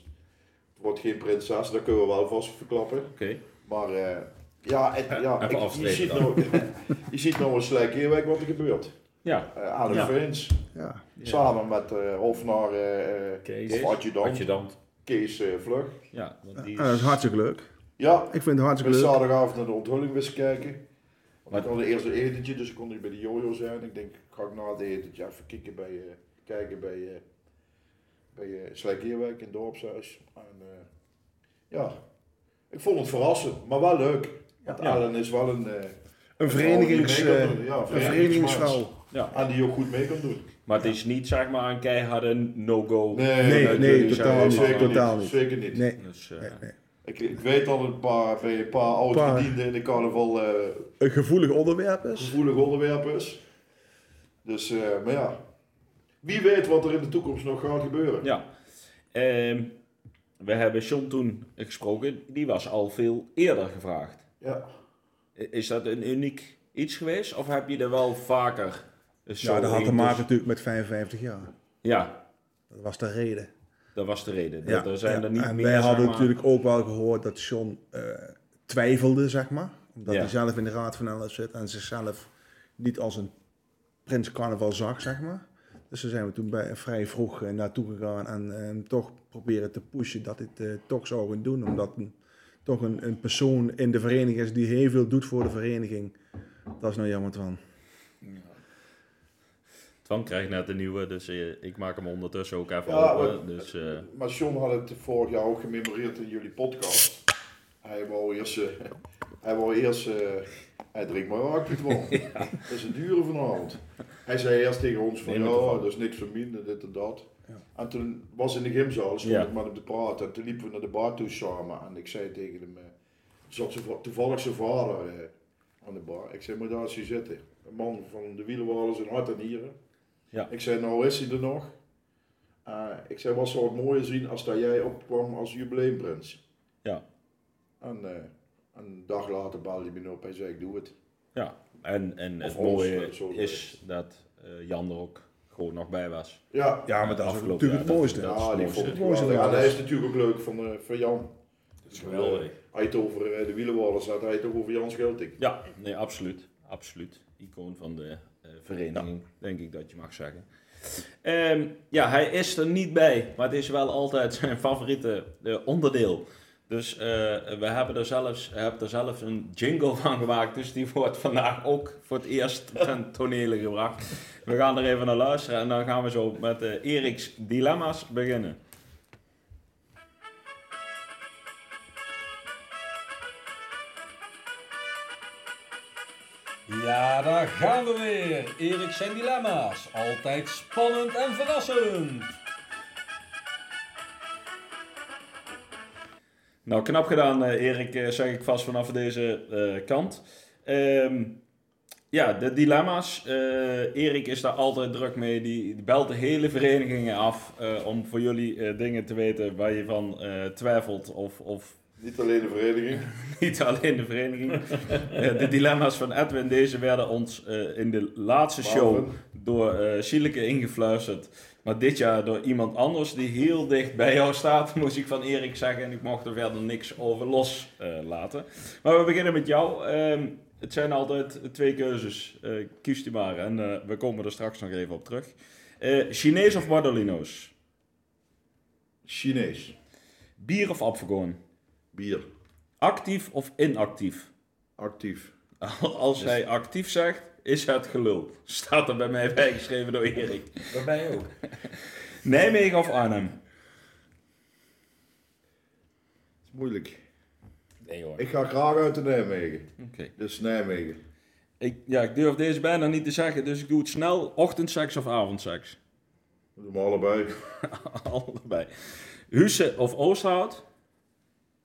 Speaker 3: het wordt geen prinses, dat kunnen we wel vast verklappen.
Speaker 1: Oké.
Speaker 3: Maar eh, ja, het, ja
Speaker 2: Even
Speaker 3: ik- je,
Speaker 2: afstrepen
Speaker 3: ziet
Speaker 2: dan.
Speaker 3: nou, <laughs> je ziet nou een slijk Eerwijk wat er gebeurt.
Speaker 1: Ja.
Speaker 3: Eh aan de
Speaker 1: Ja.
Speaker 3: Veens,
Speaker 4: Ja.
Speaker 1: Ja.
Speaker 3: samen met eh Hofnar eh, eh,
Speaker 1: Kees.
Speaker 3: of adjudant,
Speaker 2: Adjudant.
Speaker 3: Kees eh, Vlug.
Speaker 1: Ja, want die
Speaker 4: En
Speaker 1: is...
Speaker 4: dat is hartstikke leuk.
Speaker 3: Ja,
Speaker 4: Ik vind het
Speaker 3: Ik
Speaker 4: hartstikke
Speaker 3: ben
Speaker 4: leuk.
Speaker 3: zaterdagavond naar de onthulling wist kijken.
Speaker 1: Maar-
Speaker 3: Want ik had eerst een etentje, dus ik kon niet bij de jojo zijn. Ik denk, ga ik na het etentje even kikken bij, eh, kijken bij, eh bij eh Slijk Eerwijk in het dorpshuis. En, eh, ja, ik vond het verrassend, maar wel leuk. Want
Speaker 1: Ja.
Speaker 3: Ellen is wel een, eh,
Speaker 4: Een
Speaker 3: die
Speaker 4: verenigings,
Speaker 3: mee kan
Speaker 1: Oh,
Speaker 4: eh,
Speaker 3: doen, ja,
Speaker 4: een
Speaker 3: verenigingsmens.
Speaker 4: verenigingsvrouw.
Speaker 1: ja.
Speaker 3: en die ook goed mee kan doen.
Speaker 1: Maar het is niet zeg maar een keiharde no-go.
Speaker 4: Nee,
Speaker 3: dat
Speaker 4: nee,
Speaker 3: jullie
Speaker 4: totaal
Speaker 3: zijn-
Speaker 4: niet,
Speaker 3: Zeker
Speaker 4: totaal
Speaker 3: niet.
Speaker 4: niet.
Speaker 3: Zeker niet.
Speaker 4: Nee.
Speaker 1: Dus, eh,
Speaker 4: nee, nee.
Speaker 3: Ik, ik weet dat een paar, bij een paar oud
Speaker 4: Paar.
Speaker 3: gedienden in de carnaval eh,
Speaker 4: Een gevoelig onderwerp is.
Speaker 3: gevoelig onderwerp is. Dus, eh, maar ja. Wie weet wat er in de toekomst nog gaat gebeuren.
Speaker 1: Ja. Ehm, we hebben John toen gesproken. Die was al veel eerder gevraagd.
Speaker 3: Ja.
Speaker 1: Is dat een uniek iets geweest? Of heb je er wel vaker eh, zo
Speaker 4: Ja, dat had
Speaker 1: heen
Speaker 4: te maken
Speaker 1: tussen-
Speaker 4: natuurlijk met 55 jaar.
Speaker 1: Ja,
Speaker 4: Dat was de reden.
Speaker 1: dat was de reden.
Speaker 4: Ja,
Speaker 1: Dat, er zijn
Speaker 4: ja.
Speaker 1: er niet
Speaker 4: en
Speaker 1: meer,
Speaker 4: wij
Speaker 1: zeg
Speaker 4: hadden
Speaker 1: maar-
Speaker 4: natuurlijk ook wel gehoord dat John eh, twijfelde, zeg maar. Omdat
Speaker 1: Ja.
Speaker 4: hij zelf in de Raad van Elf zit en zichzelf niet als een prins carnaval zag, zeg maar. Dus daar zijn we toen bij, vrij vroeg eh, naartoe gegaan en eh, hem toch proberen te pushen dat dit eh, toch zou gaan doen. Omdat een- toch een, een persoon in de vereniging is die heel veel doet voor de vereniging. Dat is nou jammer van.
Speaker 1: Twan krijgt net een nieuwe, dus eh, ik maak hem ondertussen ook even
Speaker 3: Ja,
Speaker 1: open.
Speaker 3: maar-
Speaker 1: Dus, eh,
Speaker 3: Maar John had het vorig jaar ook gememoreerd in jullie podcast. Hij wou eerst... eh, hij wou eerst... eh, hij drinkt maar ook niet wel. Dat is een dure vanavond. Hij zei eerst tegen ons van,
Speaker 1: Neem het
Speaker 3: ja,
Speaker 1: ervan.
Speaker 3: dat is niks van minder, dit en dat.
Speaker 4: Ja.
Speaker 3: En toen was in de gymzaal, stond
Speaker 1: Ja.
Speaker 3: ik met hem te praten. En toen liepen we naar de bar toe samen. En ik zei tegen hem... eh, zat zijn, va- toevallig zijn vader eh, aan de bar. Ik zei, moet daar eens hier zitten. Een man van de wielenwalers in hart en nieren.
Speaker 1: Ja.
Speaker 3: Ik zei, nou is hij er nog? Eh, ik zei, wat zou het mooier zien als dat jij opkwam als jubileumprins?
Speaker 1: Ja.
Speaker 3: En eh, een dag later belde hij me op en zei, ik doe het.
Speaker 1: ja, en, en
Speaker 3: Of
Speaker 1: het
Speaker 3: ons,
Speaker 1: mooie
Speaker 3: eh, zo
Speaker 1: is dat eh, Jan er ook gewoon nog bij was.
Speaker 3: Ja,
Speaker 4: Ja, maar dat is
Speaker 1: Afgelopen
Speaker 4: natuurlijk
Speaker 1: jaar,
Speaker 4: het
Speaker 1: dat-
Speaker 4: mooiste.
Speaker 1: dat- is
Speaker 3: ja
Speaker 1: het
Speaker 3: die
Speaker 1: mooiste.
Speaker 3: vond ik
Speaker 4: Mooiste
Speaker 3: geweldig. En
Speaker 4: verhaal.
Speaker 3: hij is natuurlijk ook leuk van, eh, van Jan.
Speaker 2: Dat is geweldig.
Speaker 3: Hij het over eh, de wielenwalers had, hij het ook over Jan Schulting.
Speaker 1: Ja, nee, absoluut. Absoluut. Icoon van de eh, vereniging, denk ik dat je mag zeggen. Ehm, ja, hij is er niet bij, maar het is wel altijd <laughs> zijn favoriete eh, onderdeel. Dus eh, we hebben er zelfs, hij heeft er zelfs een jingle van gemaakt. Dus die wordt vandaag ook voor het eerst <laughs> ten tonele gebracht. We gaan er even naar luisteren en dan gaan we zo met eh, Erik's dilemma's beginnen.
Speaker 5: Ja, daar gaan we weer. Erik zijn dilemma's. Altijd spannend en verrassend.
Speaker 1: Nou, knap gedaan, eh, Erik, eh, zeg ik vast vanaf deze eh, kant. Ehm, ja, de dilemma's. Eh, Erik is daar altijd druk mee. Die, die belt de hele verenigingen af eh, om voor jullie eh, dingen te weten waar je van eh, twijfelt. Of, of
Speaker 3: Niet alleen de vereniging.
Speaker 1: <laughs> niet alleen de vereniging. Eh, de dilemma's van Edwin, deze werden ons eh, in de laatste show
Speaker 3: Marvin.
Speaker 1: door eh Sieleke ingefluisterd. Maar dit jaar door iemand anders die heel dicht bij jou staat, <laughs> moest ik van Erik zeggen. En ik mocht er verder niks over los eh, laten. Maar we beginnen met jou. Ehm, het zijn altijd twee keuzes. Eh, kies die maar en eh, we komen er straks nog even op terug. Eh, Chinees of Bardolino's?
Speaker 3: Chinees.
Speaker 1: Bier of Apfelgoorn?
Speaker 3: Bier.
Speaker 1: Actief of inactief?
Speaker 3: Actief.
Speaker 1: <laughs> Als hij actief zegt, is het gelul. Staat er bij mij bijgeschreven door Erik.
Speaker 5: Bij mij ook.
Speaker 1: Nijmegen of Arnhem?
Speaker 3: is moeilijk.
Speaker 1: Nee hoor.
Speaker 3: Ik ga graag uit de Nijmegen.
Speaker 1: Oké.
Speaker 3: Dus Nijmegen.
Speaker 1: Ik, ja, ik durf deze bijna niet te zeggen, dus ik doe het snel. Ochtendseks of avondseks? <laughs>
Speaker 3: We doen we allebei.
Speaker 1: Allebei. Husse of Oosterhout?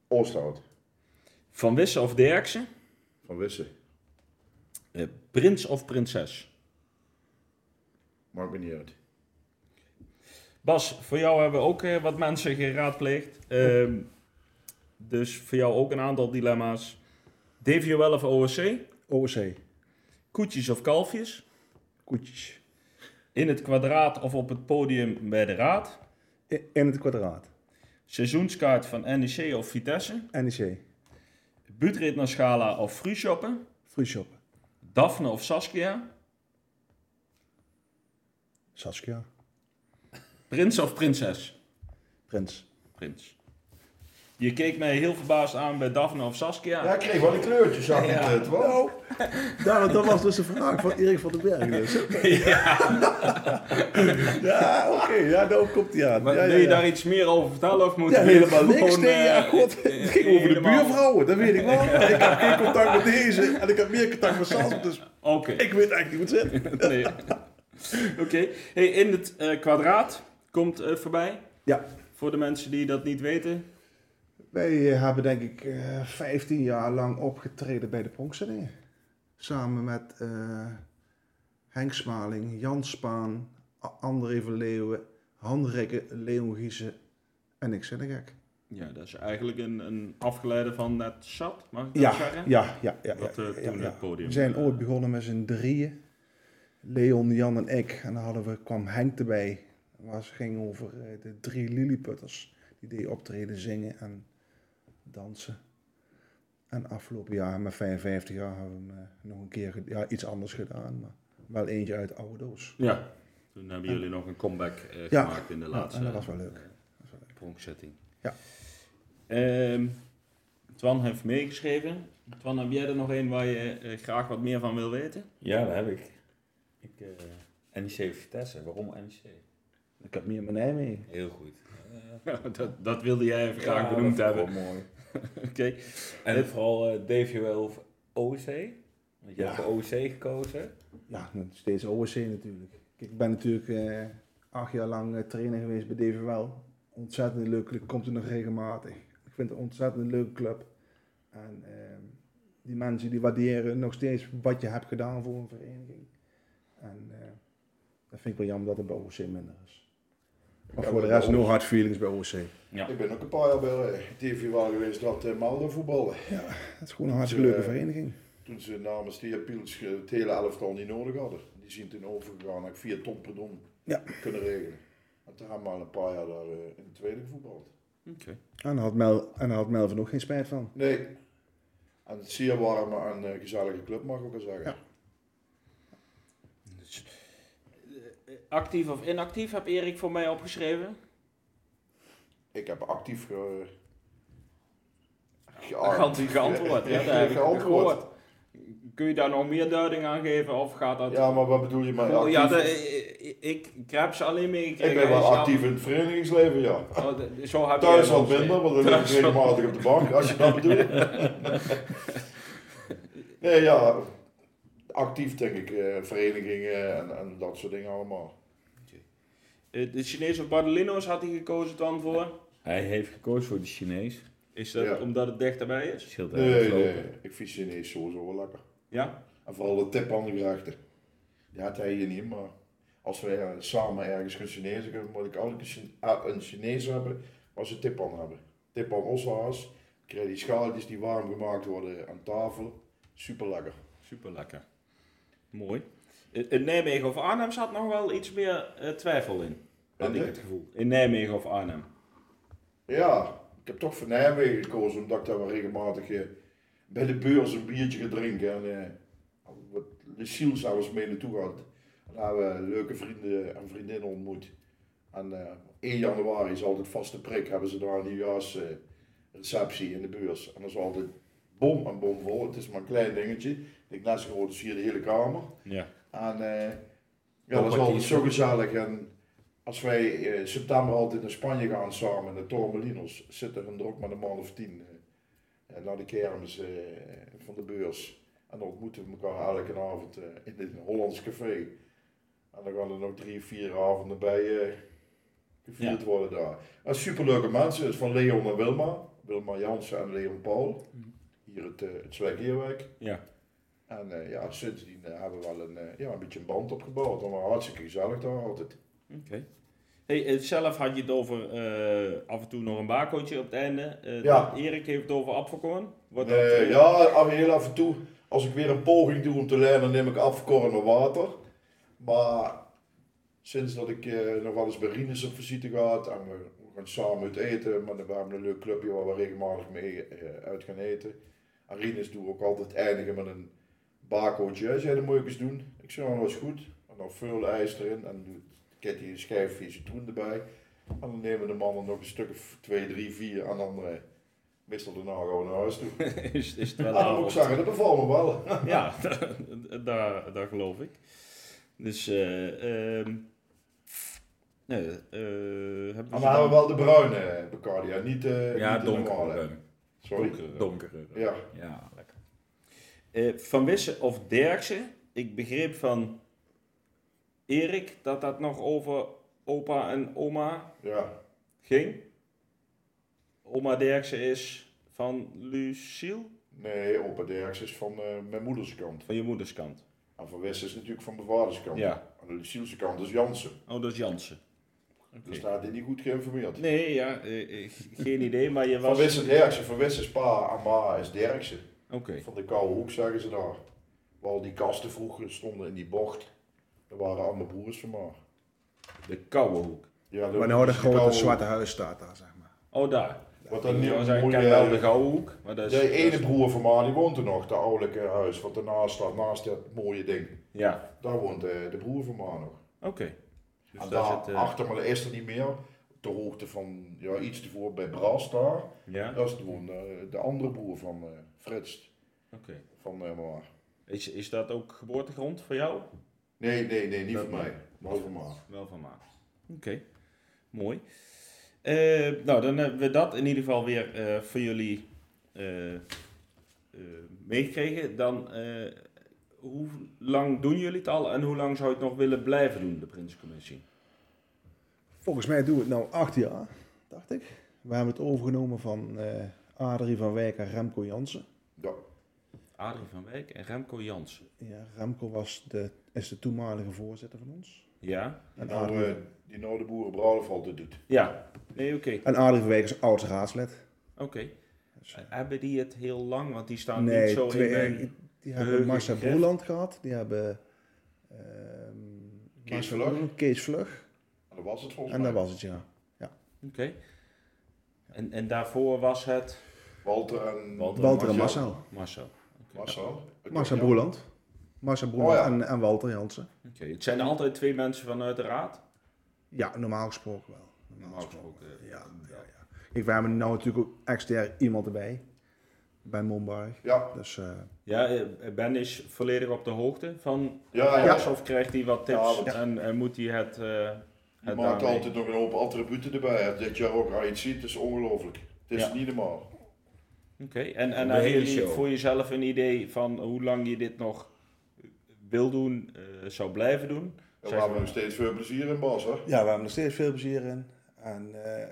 Speaker 3: Oosthout.
Speaker 1: Van Wissen of Derksen?
Speaker 3: Van Wissen.
Speaker 1: Eh, prins of prinses?
Speaker 3: Maakt me niet uit.
Speaker 1: Bas, voor jou hebben we ook eh, wat mensen geraadpleegd. Ehm, dus voor jou ook een aantal dilemma's. DVOL of OSC?
Speaker 4: OC,
Speaker 1: Koetjes of kalfjes?
Speaker 4: koetjes.
Speaker 1: In het kwadraat of op het podium bij de raad.
Speaker 4: I- In het kwadraat.
Speaker 1: Seizoenskaart van NEC of Vitesse.
Speaker 4: NEC,
Speaker 1: Buurtrit naar Schala of Free-shoppen.
Speaker 4: free shoppen.
Speaker 1: Daphne of Saskia.
Speaker 4: Saskia,
Speaker 1: Prins of prinses?
Speaker 4: prins.
Speaker 1: Prins. Je keek mij heel verbaasd aan bij Daphne of Saskia.
Speaker 3: Ja, ik kreeg wel een kleurtje, zag ik eh, het wel.
Speaker 4: Ja, want dat was dus de vraag van Erik van den Berg. Dus.
Speaker 1: <laughs>
Speaker 4: Ja, oké. Ja, daarop komt hij aan.
Speaker 1: Maar
Speaker 4: ja, ja,
Speaker 1: wil je
Speaker 4: ja.
Speaker 1: daar iets meer over vertellen? Of moet
Speaker 4: Ja,
Speaker 1: je
Speaker 4: helemaal niks.
Speaker 1: gewoon,
Speaker 4: Nee, ja,
Speaker 1: eh,
Speaker 4: god. Het ging over de
Speaker 1: helemaal-
Speaker 4: buurvrouwen, dat weet ik wel. Ik heb geen contact met deze en ik heb meer contact met Sam, dus
Speaker 1: Oké.
Speaker 4: ik weet eigenlijk niet hoe het zit.
Speaker 1: Nee. Oké. Hey, in het eh, kwadraat komt eh, voorbij.
Speaker 4: Ja,
Speaker 1: Voor de mensen die dat niet weten.
Speaker 4: wij hebben denk ik eh, 15 jaar lang opgetreden bij de Pronkzittingen. Samen met eh, Henk Smaling, Jan Spaan, A- André van Leeuwen, Han Rikke, Leon Giezen en ik Zinnegek.
Speaker 1: Ja, dat is eigenlijk een, een afgeleide van net chat, mag ik dat
Speaker 4: Ja,
Speaker 1: zeggen?
Speaker 4: ja, ja. ja,
Speaker 1: Dat,
Speaker 4: ja,
Speaker 1: eh,
Speaker 4: ja,
Speaker 1: toen
Speaker 4: ja.
Speaker 1: het podium,
Speaker 4: We zijn
Speaker 1: eh,
Speaker 4: ooit begonnen met z'n drieën. Leon, Jan en ik. En dan hadden we, kwam Henk erbij. Het ging over eh, de drie Lilliputters. Die deden optreden, zingen en dansen. En afgelopen jaar, met 55 jaar, hebben we hem eh, nog een keer ged- ja, iets anders gedaan. Maar wel eentje uit de oude doos.
Speaker 1: Ja. Toen hebben jullie nog een comeback eh,
Speaker 4: Ja.
Speaker 1: gemaakt in de
Speaker 4: Ja,
Speaker 1: laatste
Speaker 4: en dat was wel leuk.
Speaker 1: pronkzetting.
Speaker 4: Ja.
Speaker 1: Ehm, Twan heeft meegeschreven. Twan, heb jij er nog een waar je eh, graag wat meer van wil weten? <laughs>
Speaker 2: Ja, dat heb ik. ik eh NEC Vitesse, waarom NEC?
Speaker 4: Ik heb meer mijn Nijmegen.
Speaker 2: Heel goed.
Speaker 1: dat, dat wilde jij even graag
Speaker 2: Ja,
Speaker 1: benoemd
Speaker 2: dat vond ik
Speaker 1: hebben.
Speaker 2: wel mooi.
Speaker 1: <laughs> Oké.
Speaker 2: En vooral eh DVL of OC. Want je hebt voor OC gekozen.
Speaker 4: Ja, nog steeds OSC natuurlijk. Kijk, ik ben natuurlijk eh, acht jaar lang eh, trainer geweest bij DVL. Ontzettend leuk club, komt er nog regelmatig. Ik vind het een ontzettend leuke club. En ehm, die mensen die waarderen nog steeds wat je hebt gedaan voor een vereniging. En eh, dat vind ik wel jammer dat het bij OSC minder is. Maar
Speaker 3: Ja,
Speaker 4: voor de
Speaker 3: maar
Speaker 4: rest
Speaker 3: bij
Speaker 4: no hard feelings bij OSC.
Speaker 1: Ja.
Speaker 3: Ik ben ook een paar jaar bij eh, TV wel geweest dat eh Malden voetballen.
Speaker 4: Het is eh, gewoon een hartstikke leuke vereniging.
Speaker 3: Toen ze namens Thea Piels eh, het hele elftal niet nodig hadden. Die zijn toen overgegaan. Heb ik vier ton per don
Speaker 4: Ja.
Speaker 3: kunnen regelen. En toen hebben we al een paar jaar daar eh, in de tweede gevoetbald.
Speaker 1: Oké.
Speaker 4: En daar had, Mel, en daar had Melvin ook geen spijt van.
Speaker 3: Nee. En een zeer warme en eh, gezellige club mag ik ook wel zeggen.
Speaker 4: Ja.
Speaker 1: Dus, eh, actief of inactief heb Erik voor mij
Speaker 3: <laughs>
Speaker 1: opgeschreven.
Speaker 3: Ik heb actief ge... ge-
Speaker 1: Arrogant geantwoord. Ja, dat heb ik
Speaker 3: Geantwoord.
Speaker 1: gehoord. Kun je daar nog meer duiding aan geven of gaat dat...
Speaker 3: Ja, maar wat bedoel je met
Speaker 1: Oh,
Speaker 3: actief?
Speaker 1: ja, dat- ik, ik, ik heb ze alleen meegekregen.
Speaker 3: ik ben wel
Speaker 1: Hij is
Speaker 3: actief in het verenigingsleven, ja.
Speaker 1: namelijk- Oh, de- zo heb jij
Speaker 3: Thuis
Speaker 1: hem
Speaker 3: wat
Speaker 1: opgeschreven.
Speaker 3: minder, want dan lig
Speaker 1: Thuis
Speaker 3: ik
Speaker 1: wat-
Speaker 3: regelmatig op de bank, als je dat bedoelt. nee, ja, actief denk ik, eh, verenigingen en, en dat soort dingen allemaal.
Speaker 1: Eh, De Chinese Bardelino's had hij gekozen dan voor.
Speaker 2: Hij heeft gekozen voor de Chinees.
Speaker 1: Is dat
Speaker 3: Ja.
Speaker 1: omdat het dichterbij is?
Speaker 2: Scheelt
Speaker 3: Nee, nee, ik vind Chinees sowieso wel lekker.
Speaker 1: Ja?
Speaker 3: En vooral de tip aan de gerechten. Ja, dat hij hier niet, maar als we eh, samen ergens gaan Chinezen gaan, moet ik altijd een, Chine- ah, een Chinees hebben als ze tip aan hebben. Tip aan ossehaas, dan krijg je die schaaltjes die warm gemaakt worden aan tafel. Super lekker.
Speaker 1: Super lekker. Mooi. Eh, In Nijmegen of Arnhem zat nog wel iets meer eh, twijfel in. Had
Speaker 3: En,
Speaker 1: ik
Speaker 3: eh,
Speaker 1: het gevoel. In Nijmegen of Arnhem.
Speaker 3: Ja, ik heb toch voor Nijmegen gekozen, omdat ik daar wel regelmatig eh, bij de beurs een biertje ga drinken. En eh, wat Lucille zelfs mee naartoe gaat. En daar hebben we leuke vrienden en vriendinnen ontmoet. En eh, 1 januari is altijd vaste prik, hebben ze daar een nieuwjaarsreceptie receptie in de beurs. En dat is altijd bom en bom vol. Het is maar een klein dingetje. Ik denk net zo groot als hier de hele kamer.
Speaker 1: Ja.
Speaker 3: En eh, ja, dat is altijd zo gezellig. En als wij eh, september altijd naar Spanje gaan samen, in de Tormelinos, zit er een druk met een man of tien eh, eh, naar de kermis eh, van de beurs. En dan ontmoeten we elkaar elke avond eh, in dit Hollands café. En dan gaan er nog drie, vier avonden bij eh, gevierd worden daar. En superleuke mensen, het is van Leon en Wilma. Wilma Jansen en Leon Paul. Hier het, eh het Zwijk Heerwijk.
Speaker 1: Ja.
Speaker 3: En eh, ja, sindsdien eh, hebben we wel een, eh, ja, een beetje een band opgebouwd. En we waren hartstikke gezellig daar altijd.
Speaker 1: Oké. Hey, eh, zelf had je het over eh, af en toe nog een bakootje op het einde. Eh,
Speaker 3: Ja.
Speaker 1: dat- Erik heeft het over Apfelkorn. Wordt dat,
Speaker 3: Eh
Speaker 1: eh,
Speaker 3: ja, af, heel af en toe, als ik weer een poging doe om te leren, dan neem ik afkorren met water. Maar sinds dat ik eh, nog wel eens bij Rinus op visite ga en we, we gaan samen uit eten, maar dan hebben we een leuk clubje waar we regelmatig mee eh, uit gaan eten. En Rinus doet ook altijd eindigen met een bakootje. Hij zei, dat moet ik eens doen. Ik zei, nou, dat is goed. En dan veel ijs erin en doet Kitty een schijfje citroen erbij. En dan nemen de mannen nog een stuk of twee, drie, vier en dan eh, meestal daarna gaan we naar huis toe.
Speaker 1: <laughs> is, is het wel
Speaker 3: Ja, dat moet ik
Speaker 1: avond?
Speaker 3: zeggen, dat bevalt me wel.
Speaker 1: <laughs> ja, <laughs> daar, daar geloof ik. Dus, eh ehm nee, eh hebben we
Speaker 3: Maar we hebben wel de bruine Bacardi, hè, niet, eh
Speaker 2: Ja,
Speaker 3: niet de normale.
Speaker 2: donkerder.
Speaker 3: Sorry.
Speaker 2: Donkerder.
Speaker 3: Ja.
Speaker 2: Ja, lekker.
Speaker 1: Eh, van Wissen of Derksen, ik begreep van Erik dat dat nog over opa en oma
Speaker 3: ja.
Speaker 1: ging. Oma Derksen is van Lucille,
Speaker 3: Nee, opa Derks is van eh, mijn moeders kant.
Speaker 1: van je moeders kant.
Speaker 3: En van West is natuurlijk van mijn vaders kant.
Speaker 1: Ja.
Speaker 3: En de Lucille's kant is Jansen.
Speaker 1: Oh, dat is Jansen.
Speaker 3: Dus daar had hij niet goed geïnformeerd.
Speaker 1: Nee, ja, eh, eh, geen idee, maar je
Speaker 3: Van
Speaker 1: was...
Speaker 3: Wits is Derksen, Van Wits is Pa en Ma is Derksen.
Speaker 1: Oké.
Speaker 3: Van de Koude Hoek zeggen ze daar. Waar al die kasten vroeger stonden in die bocht. Dat waren allemaal broers van Ma.
Speaker 1: De koude hoek.
Speaker 3: Ja,
Speaker 4: Waar nou dat
Speaker 3: de Koude
Speaker 4: grote
Speaker 3: Hoek.
Speaker 4: zwarte huis staat daar, zeg maar.
Speaker 1: Oh, daar.
Speaker 3: Wat
Speaker 1: Ik
Speaker 3: dan niet
Speaker 1: wou zeggen, ik ken
Speaker 3: moeilijk-
Speaker 1: wel de gouden hoek. Maar Dus dat is,
Speaker 3: De
Speaker 1: dat
Speaker 3: ene
Speaker 1: is-
Speaker 3: broer van Ma die woont er nog, dat ouderlijke huis wat ernaast staat, naast dat mooie ding.
Speaker 1: Ja,
Speaker 3: Daar woont eh, de broer van Ma nog.
Speaker 1: oké. Dus
Speaker 3: en
Speaker 1: daar
Speaker 3: daar
Speaker 1: zit... eh,
Speaker 3: achter, maar dat is er niet meer. Ter hoogte van, ja, iets ervoor bij Bras daar.
Speaker 1: ja, oké.
Speaker 3: Dat is gewoon eh, de andere broer van eh, Frits. Van eh, Ma.
Speaker 1: Is, is dat ook geboortegrond voor jou?
Speaker 3: Nee, nee, nee, niet
Speaker 1: Dat
Speaker 3: van mij. Maar van Ma.
Speaker 1: Wel van maat. Oké, mooi. Eh, nou, dan hebben we dat in ieder geval weer eh, voor jullie eh, eh, meegekregen. Dan, eh, hoe lang doen jullie het al en hoe lang zou je het nog willen blijven doen, de Prinsencommissie?
Speaker 4: Volgens mij doen we het nou acht jaar, dacht ik. We hebben het overgenomen van eh Adrie van Wijk en Remco Jansen.
Speaker 3: Ja.
Speaker 1: Adrie van Wijk en Remco Jansen.
Speaker 4: Ja, Remco was de, is de toenmalige voorzitter van ons.
Speaker 1: Ja?
Speaker 4: En
Speaker 3: nou,
Speaker 4: Adrie,
Speaker 3: eh, die nou de boeren Brouwhof altijd doet.
Speaker 1: Ja. Nee, oké.
Speaker 4: en Adrie van Wijk is oud raadslid.
Speaker 1: Oké. Hebben die het heel lang? Want die staan
Speaker 4: nee,
Speaker 1: niet zo
Speaker 4: twee,
Speaker 1: in mijn...
Speaker 4: die
Speaker 1: Heugen
Speaker 4: hebben Marcel
Speaker 1: Gref.
Speaker 4: Broeland gehad. Die hebben ehm,
Speaker 3: Kees
Speaker 4: Marcel
Speaker 3: Vlug.
Speaker 4: Broeland, Kees Vlug.
Speaker 3: En dat was het volgens
Speaker 4: En
Speaker 3: mij.
Speaker 4: dat was het, ja.
Speaker 1: Oké. En, en daarvoor was het...
Speaker 3: Walter en
Speaker 1: Walter
Speaker 4: Walter en
Speaker 3: Marcel.
Speaker 4: Marcel.
Speaker 1: Marcel.
Speaker 3: Marcel.
Speaker 4: Marcel
Speaker 3: Ja.
Speaker 4: Broeland. Marcel Broeland
Speaker 3: Oh ja.
Speaker 4: en, en Walter Jansen.
Speaker 1: Oké, het zijn altijd twee mensen vanuit de raad?
Speaker 4: Ja, normaal gesproken wel.
Speaker 1: Normaal gesproken,
Speaker 4: Ja, ja, ja. Ik, we hebben nu natuurlijk ook extern iemand erbij. Bij Mumbai.
Speaker 3: Ja,
Speaker 4: Dus eh,
Speaker 1: Ja, eh, Ben is volledig op de hoogte van
Speaker 3: ja, ja.
Speaker 1: alles of krijgt hij wat tips
Speaker 3: Ja, dat-
Speaker 1: en, en moet hij het, eh
Speaker 3: Je
Speaker 1: het
Speaker 3: maakt
Speaker 1: daarmee-
Speaker 3: altijd nog een hoop attributen erbij. Dit jaar ook, als je het ziet, het is ongelooflijk. Het is
Speaker 1: Ja.
Speaker 3: niet normaal.
Speaker 1: Oké, en, en
Speaker 2: De
Speaker 1: heb
Speaker 2: hele
Speaker 1: je
Speaker 2: show.
Speaker 1: voor jezelf een idee van hoe lang je dit nog eh, wil doen, eh, zou blijven doen?
Speaker 3: Daar
Speaker 1: Zeg
Speaker 3: hebben we
Speaker 1: maar.
Speaker 3: nog steeds veel plezier in, Bas. Hè?
Speaker 4: ja, we hebben er steeds veel plezier in. En eh, eh,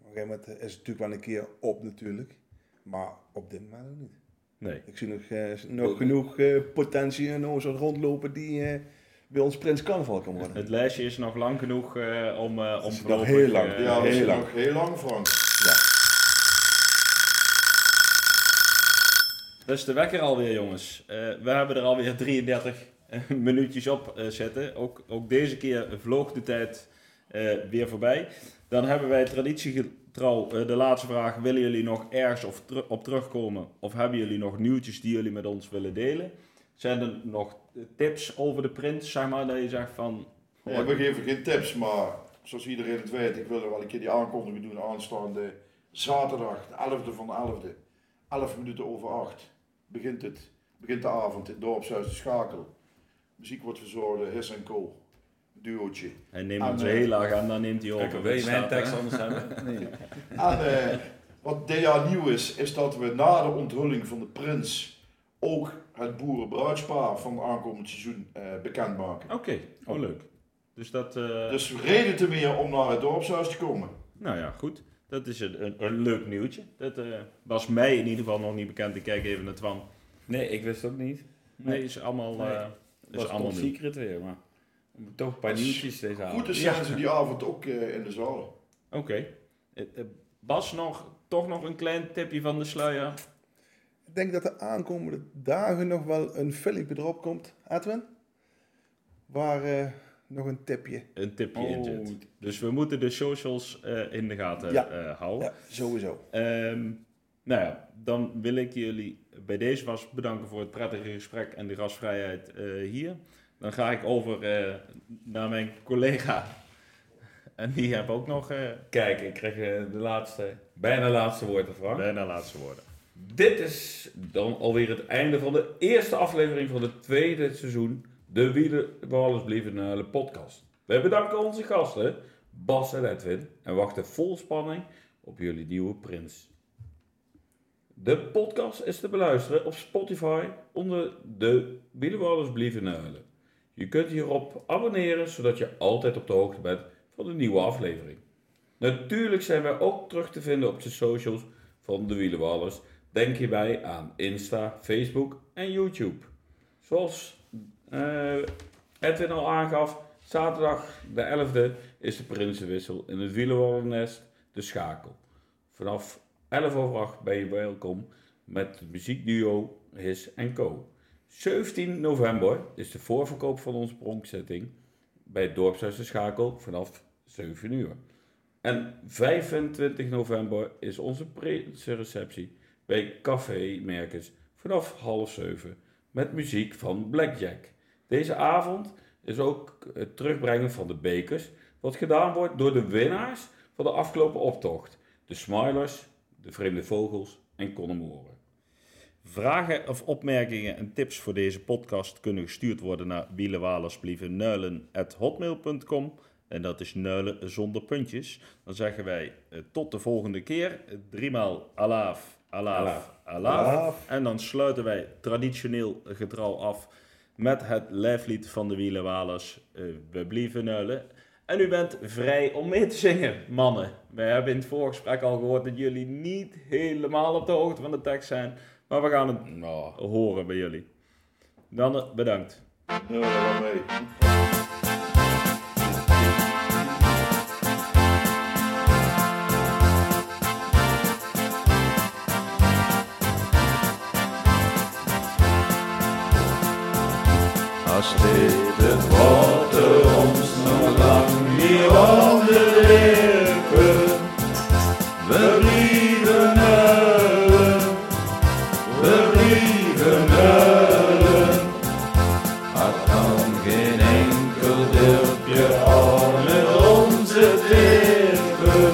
Speaker 4: op een gegeven moment is het natuurlijk wel een keer op natuurlijk. Maar op dit moment ook niet.
Speaker 1: Nee.
Speaker 4: Ik zie nog, eh, nog genoeg eh, potentie in ons rondlopen die eh, bij ons prins carnaval kan worden.
Speaker 1: Het lijstje is nog lang genoeg eh, om... eh, om
Speaker 4: is nog
Speaker 1: voorlopig,
Speaker 4: heel lang,
Speaker 1: eh,
Speaker 3: Ja,
Speaker 4: heel
Speaker 3: dat is
Speaker 4: lang.
Speaker 3: nog heel lang, Frank.
Speaker 1: Dat is de wekker alweer, jongens. Eh, we hebben er alweer 33 minuutjes op eh, zitten. Ook, ook deze keer vloog de tijd eh, weer voorbij. Dan hebben wij traditiegetrouw eh, de laatste vraag. Willen jullie nog ergens of teru- op terugkomen? Of hebben jullie nog nieuwtjes die jullie met ons willen delen? Zijn er nog tips over de prins, zeg maar, dat je zegt van...
Speaker 3: Ja, we geven geen tips, maar zoals iedereen het weet, ik wil er wel een keer die aankondiging doen aanstaande zaterdag, de 11e van de 11e. 11 minuten over 8 begint, het, begint de avond in Dorpshuis de Schakel. Muziek wordt verzorgd door Hiss en Co. Duootje.
Speaker 1: Hij neemt
Speaker 3: Ah,
Speaker 1: onze
Speaker 3: nee.
Speaker 1: hele agenda, neemt hij over.
Speaker 2: Kijk, wil je
Speaker 1: Dat
Speaker 2: mijn
Speaker 1: staat,
Speaker 2: tekst
Speaker 1: hè?
Speaker 2: anders hebben?
Speaker 3: En eh, wat dit jaar nieuw is, is dat we na de onthulling van de prins ook het boerenbruidspaar van aankomend seizoen eh, bekendmaken.
Speaker 1: Oké, oh leuk. Dus dat... eh,
Speaker 3: Dus reden te meer om naar het dorpshuis te komen.
Speaker 1: Nou ja, goed. Dat is een, een, een leuk nieuwtje. Dat eh, was mij in ieder geval nog niet bekend. Ik kijk even naar Twan.
Speaker 2: Nee, ik wist het ook niet.
Speaker 1: Nee, is allemaal,
Speaker 2: Nee.
Speaker 1: eh,
Speaker 2: Het
Speaker 1: is allemaal
Speaker 2: was Dus allemaal
Speaker 1: nieuw.
Speaker 2: secret weer, maar toch een paar
Speaker 3: Dat is
Speaker 2: nieuwtjes deze avond.
Speaker 3: Goed, dus zijn ze die avond ook eh, in de zaal.
Speaker 1: Oké. Eh, eh, Bas, nog, toch nog een klein tipje van de sluier.
Speaker 4: Ik denk dat de aankomende dagen nog wel een filmpje erop komt, Edwin. Waar eh, nog een tipje.
Speaker 1: Een tipje
Speaker 2: Oh.
Speaker 1: in zit. Dus we moeten de socials eh, in de gaten
Speaker 4: Ja.
Speaker 1: eh, houden.
Speaker 4: Ja, sowieso.
Speaker 1: Ehm, nou ja, dan wil ik jullie bij deze was bedanken voor het prettige gesprek en de gastvrijheid eh, hier. Dan ga ik over eh, naar mijn collega. <laughs> En die heb ook nog eh,
Speaker 2: Kijk, ik krijg eh, de laatste, bijna laatste woord ervan.
Speaker 1: bijna laatste woorden.
Speaker 2: Dit is dan alweer het einde van de eerste aflevering van het tweede seizoen de Wielenwallers Blievenale podcast. Wij bedanken onze gasten, Bas en Edwin, en wachten vol spanning op jullie nieuwe prins. De podcast is te beluisteren op Spotify onder de Wielenwallers Blievenale. Je kunt hierop abonneren, zodat je altijd op de hoogte bent van de nieuwe aflevering. Natuurlijk zijn wij ook terug te vinden op de socials van de Wielenwallers. Denk hierbij aan Insta, Facebook en YouTube. Zoals eh, Edwin al aangaf, Zaterdag de 11e is de Prinsenwissel in het Wielenwallennest, de Schakel. Vanaf 11 over 8 ben je welkom met het muziekduo His Co. 17 november is de voorverkoop van onze pronkzetting bij het Dorpshuis de Schakel vanaf 7 uur. En 25 november is onze Prinsenreceptie bij Café Merkens vanaf half 7 met muziek van Blackjack. Deze avond is ook het terugbrengen van de bekers, wat gedaan wordt door de winnaars van de afgelopen optocht. De Smilers, de Vreemde Vogels en Connemoren.
Speaker 1: Vragen of opmerkingen en tips voor deze podcast kunnen gestuurd worden naar bielewalersblievennuilen.hotmail.com en dat is nuilen zonder puntjes. Dan zeggen wij eh, tot de volgende keer. Eh, Driemaal alaaf, alaaf,
Speaker 2: Alaaf.
Speaker 1: alaaf. En dan sluiten wij traditioneel getrouw af met het lijflied van de Wielenwalers, eh, We blieven nuilen. En u bent vrij om mee te zingen, mannen. We hebben in het voorgesprek al gehoord dat jullie niet helemaal op de hoogte van de tekst zijn. Maar we gaan het horen bij jullie. Dan eh, bedankt.
Speaker 3: Nee, wel mee.
Speaker 6: Als dit het water ons nog lang niet onder lippen, we blieven huilen, we blieven huilen. Had dan geen enkel deeltje al met onze lippen,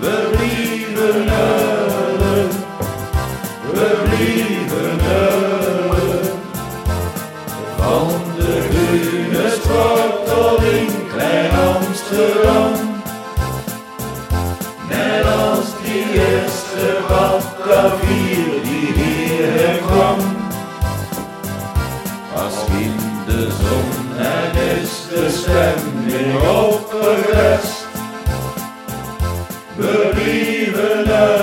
Speaker 6: we blieven huilen, we blieven huilen. Van de Rune straat tot in Klein Amsterdam. Net als die eerste badklavier die hierheen kwam. Als in de zon en is de stemming opgerest. We blieven uit.